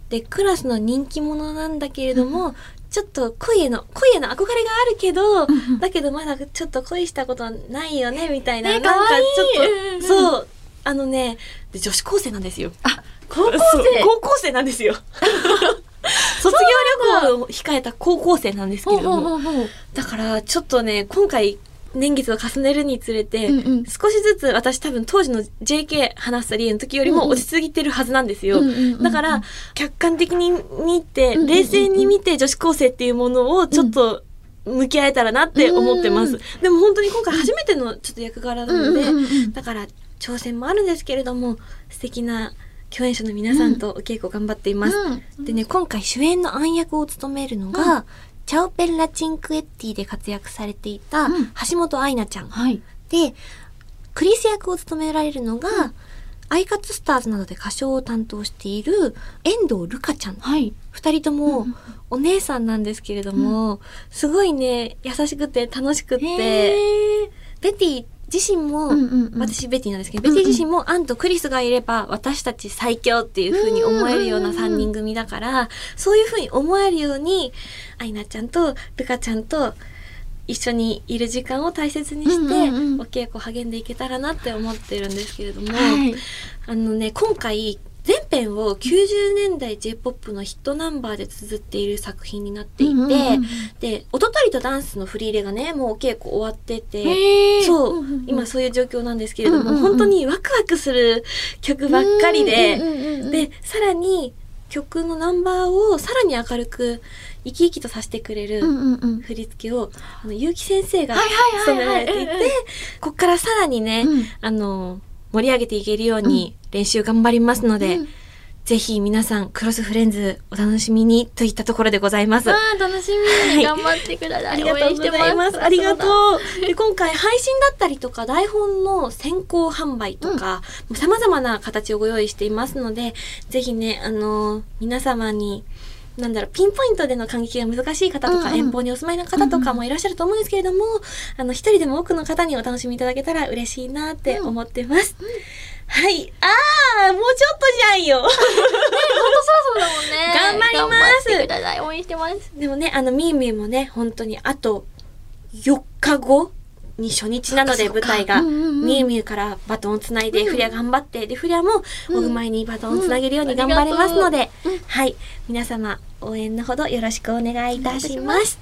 [SPEAKER 1] でクラスの人気者なんだけれども、ちょっと恋への恋への憧れがあるけど、
[SPEAKER 2] んうん
[SPEAKER 1] だけどまだちょっと恋したことはないよねみたいな、
[SPEAKER 2] ね
[SPEAKER 1] なんか
[SPEAKER 2] 可愛い
[SPEAKER 1] ちょっと、
[SPEAKER 2] うんうん
[SPEAKER 1] そうあのね、で女子高生なんですよ。
[SPEAKER 2] 高校
[SPEAKER 1] そう
[SPEAKER 2] 生
[SPEAKER 1] 高校生なんです
[SPEAKER 2] (laughs)
[SPEAKER 1] よ。卒業旅行を控えた高校生なんですけ
[SPEAKER 2] ほう
[SPEAKER 1] れど
[SPEAKER 2] ほう
[SPEAKER 1] も。
[SPEAKER 2] ほうほう
[SPEAKER 1] だから、ちょっとね、今回、年月を重ねるにつれて、
[SPEAKER 2] うんうん
[SPEAKER 1] 少しずつ私多分当時の JK 話した理由の時より
[SPEAKER 2] うん
[SPEAKER 1] も
[SPEAKER 2] うん
[SPEAKER 1] 落ち着いてるはずなんですよ。
[SPEAKER 2] うんうんうんうん
[SPEAKER 1] だから、客観的に見て、
[SPEAKER 2] うんうんうん
[SPEAKER 1] 冷静に見て女子高生っていうものをちょっと向き合えたらなって思ってます。
[SPEAKER 2] う
[SPEAKER 1] でも本当に今回初めてのちょっと役柄なので、
[SPEAKER 2] うんうんうんうん
[SPEAKER 1] だから挑戦もあるんですけれども、素敵な共演者の皆さんとお稽古頑張っています。
[SPEAKER 2] うん
[SPEAKER 1] でね、今回主演の暗役を務めるのが、チャオペンラチンクエッティで活躍されていた
[SPEAKER 2] うん
[SPEAKER 1] 橋本愛菜ちゃん。
[SPEAKER 2] はい
[SPEAKER 1] で、クリス役を務められるのが、アイカツスターズなどで歌唱を担当している遠藤ルカちゃん。
[SPEAKER 2] はい
[SPEAKER 1] 二人と
[SPEAKER 2] う
[SPEAKER 1] も
[SPEAKER 2] んうん
[SPEAKER 1] お姉さんなんですけれども、すごいね、優しくて楽しく
[SPEAKER 2] へ
[SPEAKER 1] て、ベティ自身も、
[SPEAKER 2] うんうんうん
[SPEAKER 1] 私ベティなんですけど、
[SPEAKER 2] う
[SPEAKER 1] ベ
[SPEAKER 2] んうん
[SPEAKER 1] ティ自身もアンとクリスがいれば私たち最強っていう風に思えるような3人組だから、そういう風に思えるように、アイナちゃんとルカちゃんと一緒にいる時間を大切にして、
[SPEAKER 2] うんうんうん
[SPEAKER 1] お稽古励んでいけたらなって思ってるんですけれども、
[SPEAKER 2] はい
[SPEAKER 1] あのね、今回、全編を90年代 J-POP のヒットナンバーで綴っている作品になっていて、
[SPEAKER 2] うんうんうん
[SPEAKER 1] で、おとといとダンスの振り入れがね、もうお稽古終わってて、
[SPEAKER 2] へー
[SPEAKER 1] そう、
[SPEAKER 2] んんん
[SPEAKER 1] 今そういう状況なんですけれども、
[SPEAKER 2] うんうんうん
[SPEAKER 1] 本当にワクワクする曲ばっかりで、
[SPEAKER 2] うんうんうんうん
[SPEAKER 1] で、さらに曲のナンバーをさらに明るく生き生きとさせてくれ
[SPEAKER 2] う
[SPEAKER 1] る
[SPEAKER 2] んうんうん
[SPEAKER 1] 振り付けを、あの、結城先生が
[SPEAKER 2] はいはい
[SPEAKER 1] 務
[SPEAKER 2] は
[SPEAKER 1] め
[SPEAKER 2] い
[SPEAKER 1] ら
[SPEAKER 2] はい
[SPEAKER 1] れていて
[SPEAKER 2] うんうん、
[SPEAKER 1] こっからさらにね、
[SPEAKER 2] うん
[SPEAKER 1] あの、盛り上げていけるように練習頑張りますので、
[SPEAKER 2] うん
[SPEAKER 1] ぜひ皆さん、クロスフレンズお楽しみにといったところでございます。
[SPEAKER 2] あー楽しみ、
[SPEAKER 1] い
[SPEAKER 2] 頑張ってくださ
[SPEAKER 1] あ
[SPEAKER 2] い
[SPEAKER 1] りがとうございます。ありがと
[SPEAKER 2] う
[SPEAKER 1] う。で、今回配信だったりとか、台本の先行販売とか、様々な形をご用意していますので、ぜひね、あのー皆様に、なんだろう、ピンポイントでの感激が難しい方とか、
[SPEAKER 2] うんうん
[SPEAKER 1] 遠方にお住まいの方とかもいらっしゃると思うんですけれども、あの、一人でも多くの方にお楽しみいただけたら嬉しいなって思ってます。はい。あー、もうちょっとじゃんよ
[SPEAKER 2] 本当そろそろだもん
[SPEAKER 1] 頑
[SPEAKER 2] ね
[SPEAKER 1] 張ります
[SPEAKER 2] 頑張ってください応援してます
[SPEAKER 1] でもね、あの、みーみーもね、本当にあと4日後に初日なので
[SPEAKER 2] そっ
[SPEAKER 1] 舞
[SPEAKER 2] か
[SPEAKER 1] 台が、
[SPEAKER 2] うんうんうん
[SPEAKER 1] みーみーからバトンをつないで、
[SPEAKER 2] うん
[SPEAKER 1] フリア頑張って、で、フリアも
[SPEAKER 2] うん
[SPEAKER 1] おぐまいにバトンをつなげるように頑張れますので、
[SPEAKER 2] うんありがとううん
[SPEAKER 1] はい、皆様応援のほどよろしくお願いいたします。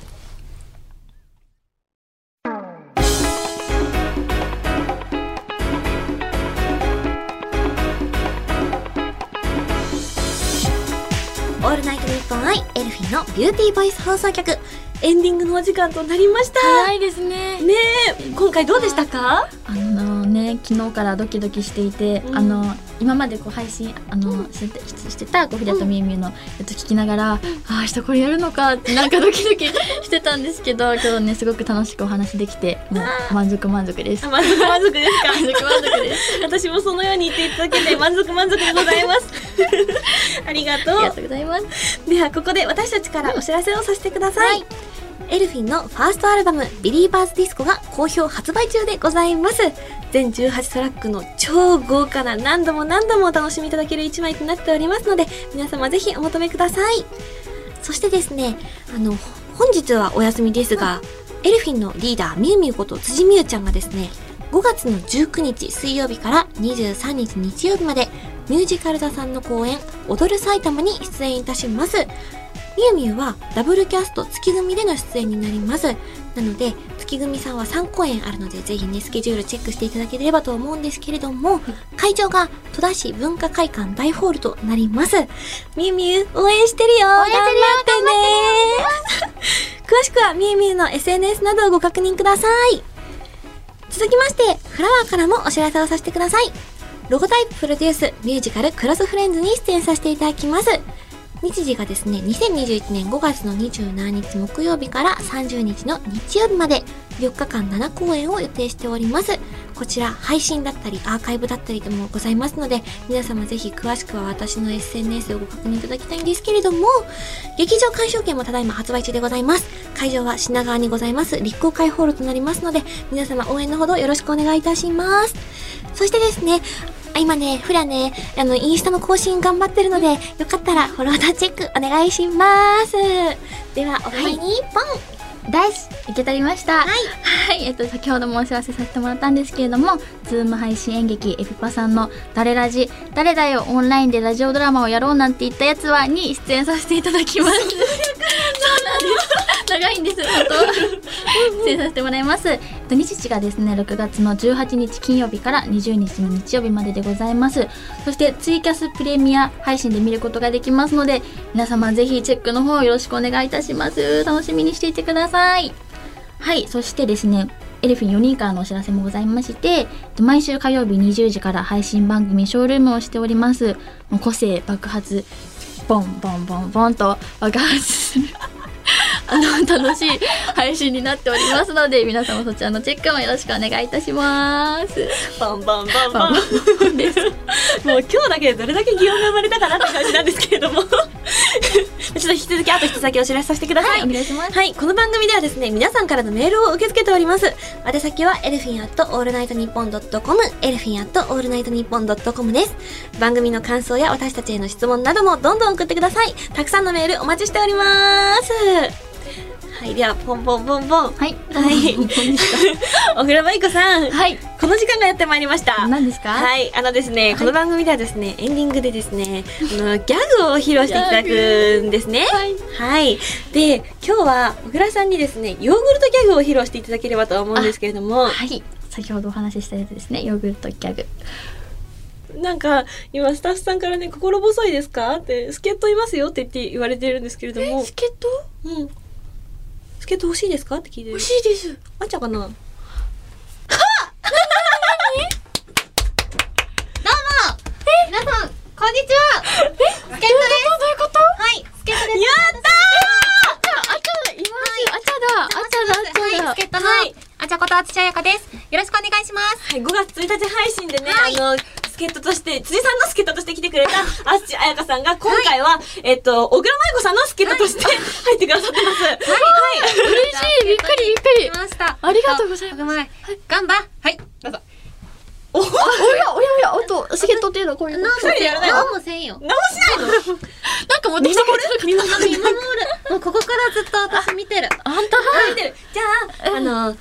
[SPEAKER 1] オールナイトニッポンアイエルフィーのビューティーボイス放送局エンディングのお時間となりました。
[SPEAKER 2] 早いですね
[SPEAKER 1] ねえ、今回どうでしたか？
[SPEAKER 2] あのね昨日からドキドキしていて、
[SPEAKER 1] うん
[SPEAKER 2] あの今までこう配信あの、してしてたこうフリアとミーミーのやつ聞きながら、ああ明日これやるのかってなんかドキドキしてたんですけど (laughs) 今日ねすごく楽しくお話できてもう満足満足です
[SPEAKER 1] あ
[SPEAKER 2] 満
[SPEAKER 1] 満足満足ですか？
[SPEAKER 2] 足満足です
[SPEAKER 1] 私もそのように言っていただけて満足満足でございます。ありがと
[SPEAKER 2] (laughs) ありが
[SPEAKER 1] う
[SPEAKER 2] と。うございます
[SPEAKER 1] ではここで私たちからお知らせをさせてください、エルフィンのファーストアルバム「ビリーバーズディスコ」が好評発売中でございます全18トラックの超豪華な何度も何度もお楽しみいただける一枚となっておりますので皆様ぜひお求めくださいそしてですねあの本日はお休みですが、エルフィンのリーダーみゆみゆこと辻みゆちゃんがですね5月の19日水曜日から23日日曜日までミュージカル座さんの公演「踊る埼玉」に出演いたしますみゆみゆはダブルキャスト月組での出演になりますなので月組さんは3公演あるのでぜひねスケジュールチェックしていただければと思うんですけれども会場が戸田市文化会館大ホールとなりますみゆみゆ応援してるよ頑張ってね詳しくはみゆみゆの SNS などをご確認ください続きましてフラワーからもお知らせをさせてくださいロゴタイププロデュースミュージカルクロスフレンズに出演させていただきます日時がですね2021年5月の27日木曜日から30日の日曜日まで4日間7公演を予定しておりますこちら配信だったりアーカイブだったりでもございますので皆様ぜひ詳しくは私の SNS をご確認いただきたいんですけれども劇場鑑賞券もただいま発売中でございます会場は品川にございます立候会ホールとなりますので皆様応援のほどよろしくお願いいたしますそしてですねあ今ね、フラね、あの、インスタの更新頑張ってるので、よかったらフォロワーとチェックお願いします。では、お互いに、ポン
[SPEAKER 2] です受け取りましたはいはいえっと先ほどもお知らせさせてもらったんですけれどもズーム配信演劇エピパさんの「誰ラジ誰だよオンラインでラジオドラマをやろうなんて言ったやつは」に出演させていただきますそうなんです長いんです本当出演させてもらいますえっと日時がですね6月の18日金曜日から20日の日曜日まででございますそしてツイキャスプレミア配信で見ることができますので皆様ぜひチェックの方よろしくお願いいたします楽しみにしていてくださいはい、そしてですね、エルフィン4人からのお知らせもございまして、毎週火曜日20時から配信番組ショールームをしております。もう個性爆発、ボンボンボンボンと爆発する。 (laughs) あの楽しい配信になっておりますので皆様そちらのチェックもよろしくお願いいたします。
[SPEAKER 1] バンバンバン
[SPEAKER 2] バンバンです。
[SPEAKER 1] もう今日だけでどれだけ擬音が生まれたかなって感じなんですけれども (laughs) ちょっと引き続きあと引き続きお知らせさせてくださ、
[SPEAKER 2] はいい、お願いします。
[SPEAKER 1] はい、この番組ではですね、皆さんからのメールを受け付けております。宛先は、エルフィンアットオールナイトニッポンドットコム、エルフィンアットオールナイトニッポンドットコムです。番組の感想や私たちへの質問などもどんどん送ってください。たくさんのメールお待ちしております。はい、では、ポンポンポンポン。
[SPEAKER 2] はい、
[SPEAKER 1] はい (laughs) 小倉舞子さん、
[SPEAKER 2] はい、
[SPEAKER 1] この時間がやってまいりました。
[SPEAKER 2] 何ですか？
[SPEAKER 1] はい、あのですね、この番組ではですね、エンディングでですね、あのギャグを披露していただくんですね。
[SPEAKER 2] はい、
[SPEAKER 1] はい。で、今日は小倉さんにですね、ヨーグルトギャグを披露していただければと思うんですけれども、
[SPEAKER 2] はい、先ほどお話ししたやつですね、ヨーグルトギャグ。
[SPEAKER 1] なんか今スタッフさんからね、心細いですかって、助っ人いますよって言って言われてるんですけれども、
[SPEAKER 2] ケット
[SPEAKER 1] うん。助っ人欲しいですかって聞いてる。
[SPEAKER 2] しいです。
[SPEAKER 1] あんちゃんかなは
[SPEAKER 3] 皆さん、こんにちはスケートですどういうことはい、スケートで
[SPEAKER 2] います
[SPEAKER 3] す
[SPEAKER 2] よ。あちゃだ。あちゃだ。あちゃだ。
[SPEAKER 3] 助っ人の、あちゃことあつちゃやかです。よろしくお願いします。
[SPEAKER 1] い、5月1日配信でね、
[SPEAKER 3] はい
[SPEAKER 1] あの、助っ人として、辻さんの助っ人として来てくれた、あっちあやかさんが、今回は、えっと、小倉舞子さんの助っ人として入ってくださってます。はい。
[SPEAKER 2] 嬉しい。びっくりびっ
[SPEAKER 3] 来
[SPEAKER 2] くり。
[SPEAKER 3] ました。
[SPEAKER 2] ありがとうございます
[SPEAKER 3] す。ガンバはい、どうぞ。
[SPEAKER 1] お
[SPEAKER 2] おやおやおや。あと助っ人っていうのはこういう。
[SPEAKER 3] 何も
[SPEAKER 1] 二人でやらないの
[SPEAKER 3] 何もせんよ。
[SPEAKER 1] 直しないの
[SPEAKER 2] なんか持ってきてくれる。
[SPEAKER 3] 見守る。もうここからずっと私見てる。
[SPEAKER 2] あんた
[SPEAKER 1] 見てるじゃあ、あの、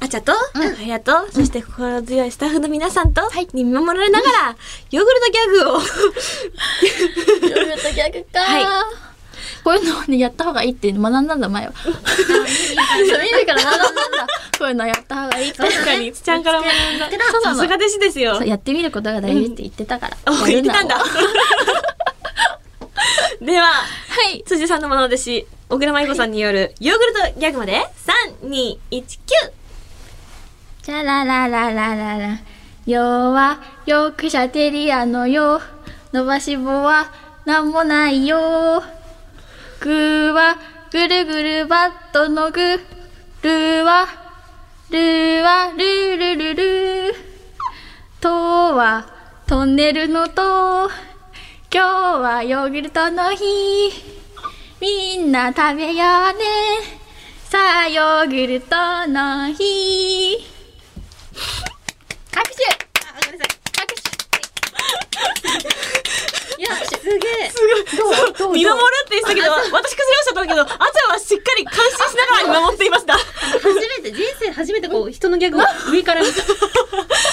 [SPEAKER 1] あちゃと、はやと、そして心強いスタッフの皆さんと、に見守られながら、ヨーグルトギャグを、
[SPEAKER 2] ヨーグルトギャグか。こういうのをねやった方がいいって学んだんだ前は。 (laughs) それ意味から学んだんだ。こういうのやった方がいいって。 (laughs)
[SPEAKER 1] 確かに、 (laughs) つちゃんからも、
[SPEAKER 2] そうな
[SPEAKER 1] さ
[SPEAKER 2] の
[SPEAKER 1] すが弟子ですよ
[SPEAKER 2] そう。やってみることが大事って言ってたから。
[SPEAKER 1] お、言ってたんだ
[SPEAKER 2] は。
[SPEAKER 1] (laughs) では、
[SPEAKER 2] い。
[SPEAKER 1] 辻さんのもの弟子、小倉舞子さんによる、ヨーグルトギャグまで、3、2、1、
[SPEAKER 2] チャララララララ。よはヨークシャテリアのよ。伸ばし棒はなんもないよ。グーはぐるぐるバットのグ。ルーはルーはルールルルー。とはトンネルのと。今日はヨーグルトの日。みんな食べようね。さあ、ヨーグルトの日。拍手
[SPEAKER 3] あ、ごめんなさい。
[SPEAKER 2] 拍手いや、拍手
[SPEAKER 3] すげえ。
[SPEAKER 1] 9! 見守るって言ってたけど、私崩れましたと思うけど、あちゃはしっかり監視しながら見守っていました。
[SPEAKER 3] 初めて、人生初めてこう、人のギャグを上から見た。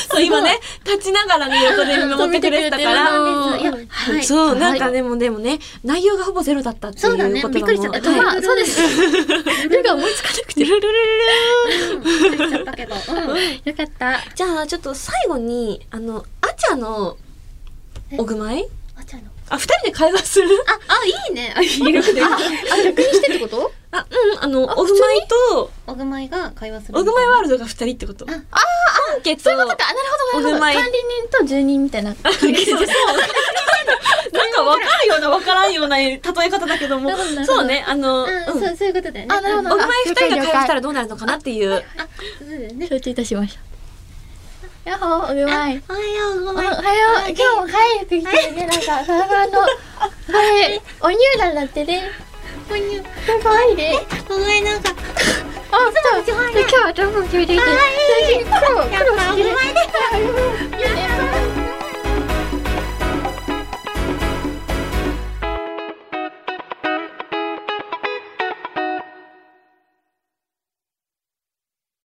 [SPEAKER 1] そう、今ね、立ちながらね、横
[SPEAKER 2] (laughs)
[SPEAKER 1] で見守ってくれてたか
[SPEAKER 2] 見てくれてる
[SPEAKER 1] ら
[SPEAKER 2] の。
[SPEAKER 3] いや、
[SPEAKER 1] は、
[SPEAKER 3] はいい。
[SPEAKER 1] そう、
[SPEAKER 2] はい
[SPEAKER 1] なんかね、もうでもね、内容がほぼゼロだったっていうことがも
[SPEAKER 3] そうだねびっくりしちゃった
[SPEAKER 1] はい
[SPEAKER 3] ま
[SPEAKER 2] まあ、そうです。ルが思いつかなくて。
[SPEAKER 1] ルルルルルル
[SPEAKER 3] びっくりしちゃったけど。うん。
[SPEAKER 2] よかった。
[SPEAKER 1] じゃあ、ちょっと最後に、あの、あちゃの、おぐまい
[SPEAKER 3] あちゃの。
[SPEAKER 1] あ、二人で会話する
[SPEAKER 3] あ、あ、いいね。あ、いる
[SPEAKER 2] あ、あ逆にしてってこと
[SPEAKER 1] あ、うん、あの、おぐまいと、
[SPEAKER 3] おぐまいが会話する。
[SPEAKER 1] おぐまいワールドが二人ってこと。あ
[SPEAKER 3] あ
[SPEAKER 1] あ、本家と、
[SPEAKER 2] そういうことか。あなるほど、
[SPEAKER 1] お
[SPEAKER 2] な
[SPEAKER 1] ぐ
[SPEAKER 2] るほ
[SPEAKER 1] まい
[SPEAKER 2] ど。管理人と住人みたいな。
[SPEAKER 1] そうなんかわかるようなわからんような例え方だけども
[SPEAKER 2] なるほどな、るほど
[SPEAKER 1] そうね、あの、うん
[SPEAKER 3] うん、そう、そういうことだよね。
[SPEAKER 2] あなるほ
[SPEAKER 1] お
[SPEAKER 2] ど
[SPEAKER 1] ぐまい二人が会話したらどうなるのかなっていう。
[SPEAKER 3] あ、そうだよね。
[SPEAKER 2] 承知いたしました。やっほー、うまい。
[SPEAKER 3] おはよう、おぐ
[SPEAKER 2] おは
[SPEAKER 3] まい。
[SPEAKER 2] よう、今日も早く来てるね、なんか、サラサラの、はい、お乳なんだってね。
[SPEAKER 3] こんにゃく
[SPEAKER 2] かわいいね。
[SPEAKER 3] おぐまいなんか。
[SPEAKER 2] あ、そう、今日はどうも決めてきて。
[SPEAKER 3] 可愛い
[SPEAKER 2] 黒、黒
[SPEAKER 3] やっぱお
[SPEAKER 2] 好
[SPEAKER 3] ぐ
[SPEAKER 2] き
[SPEAKER 3] まいだ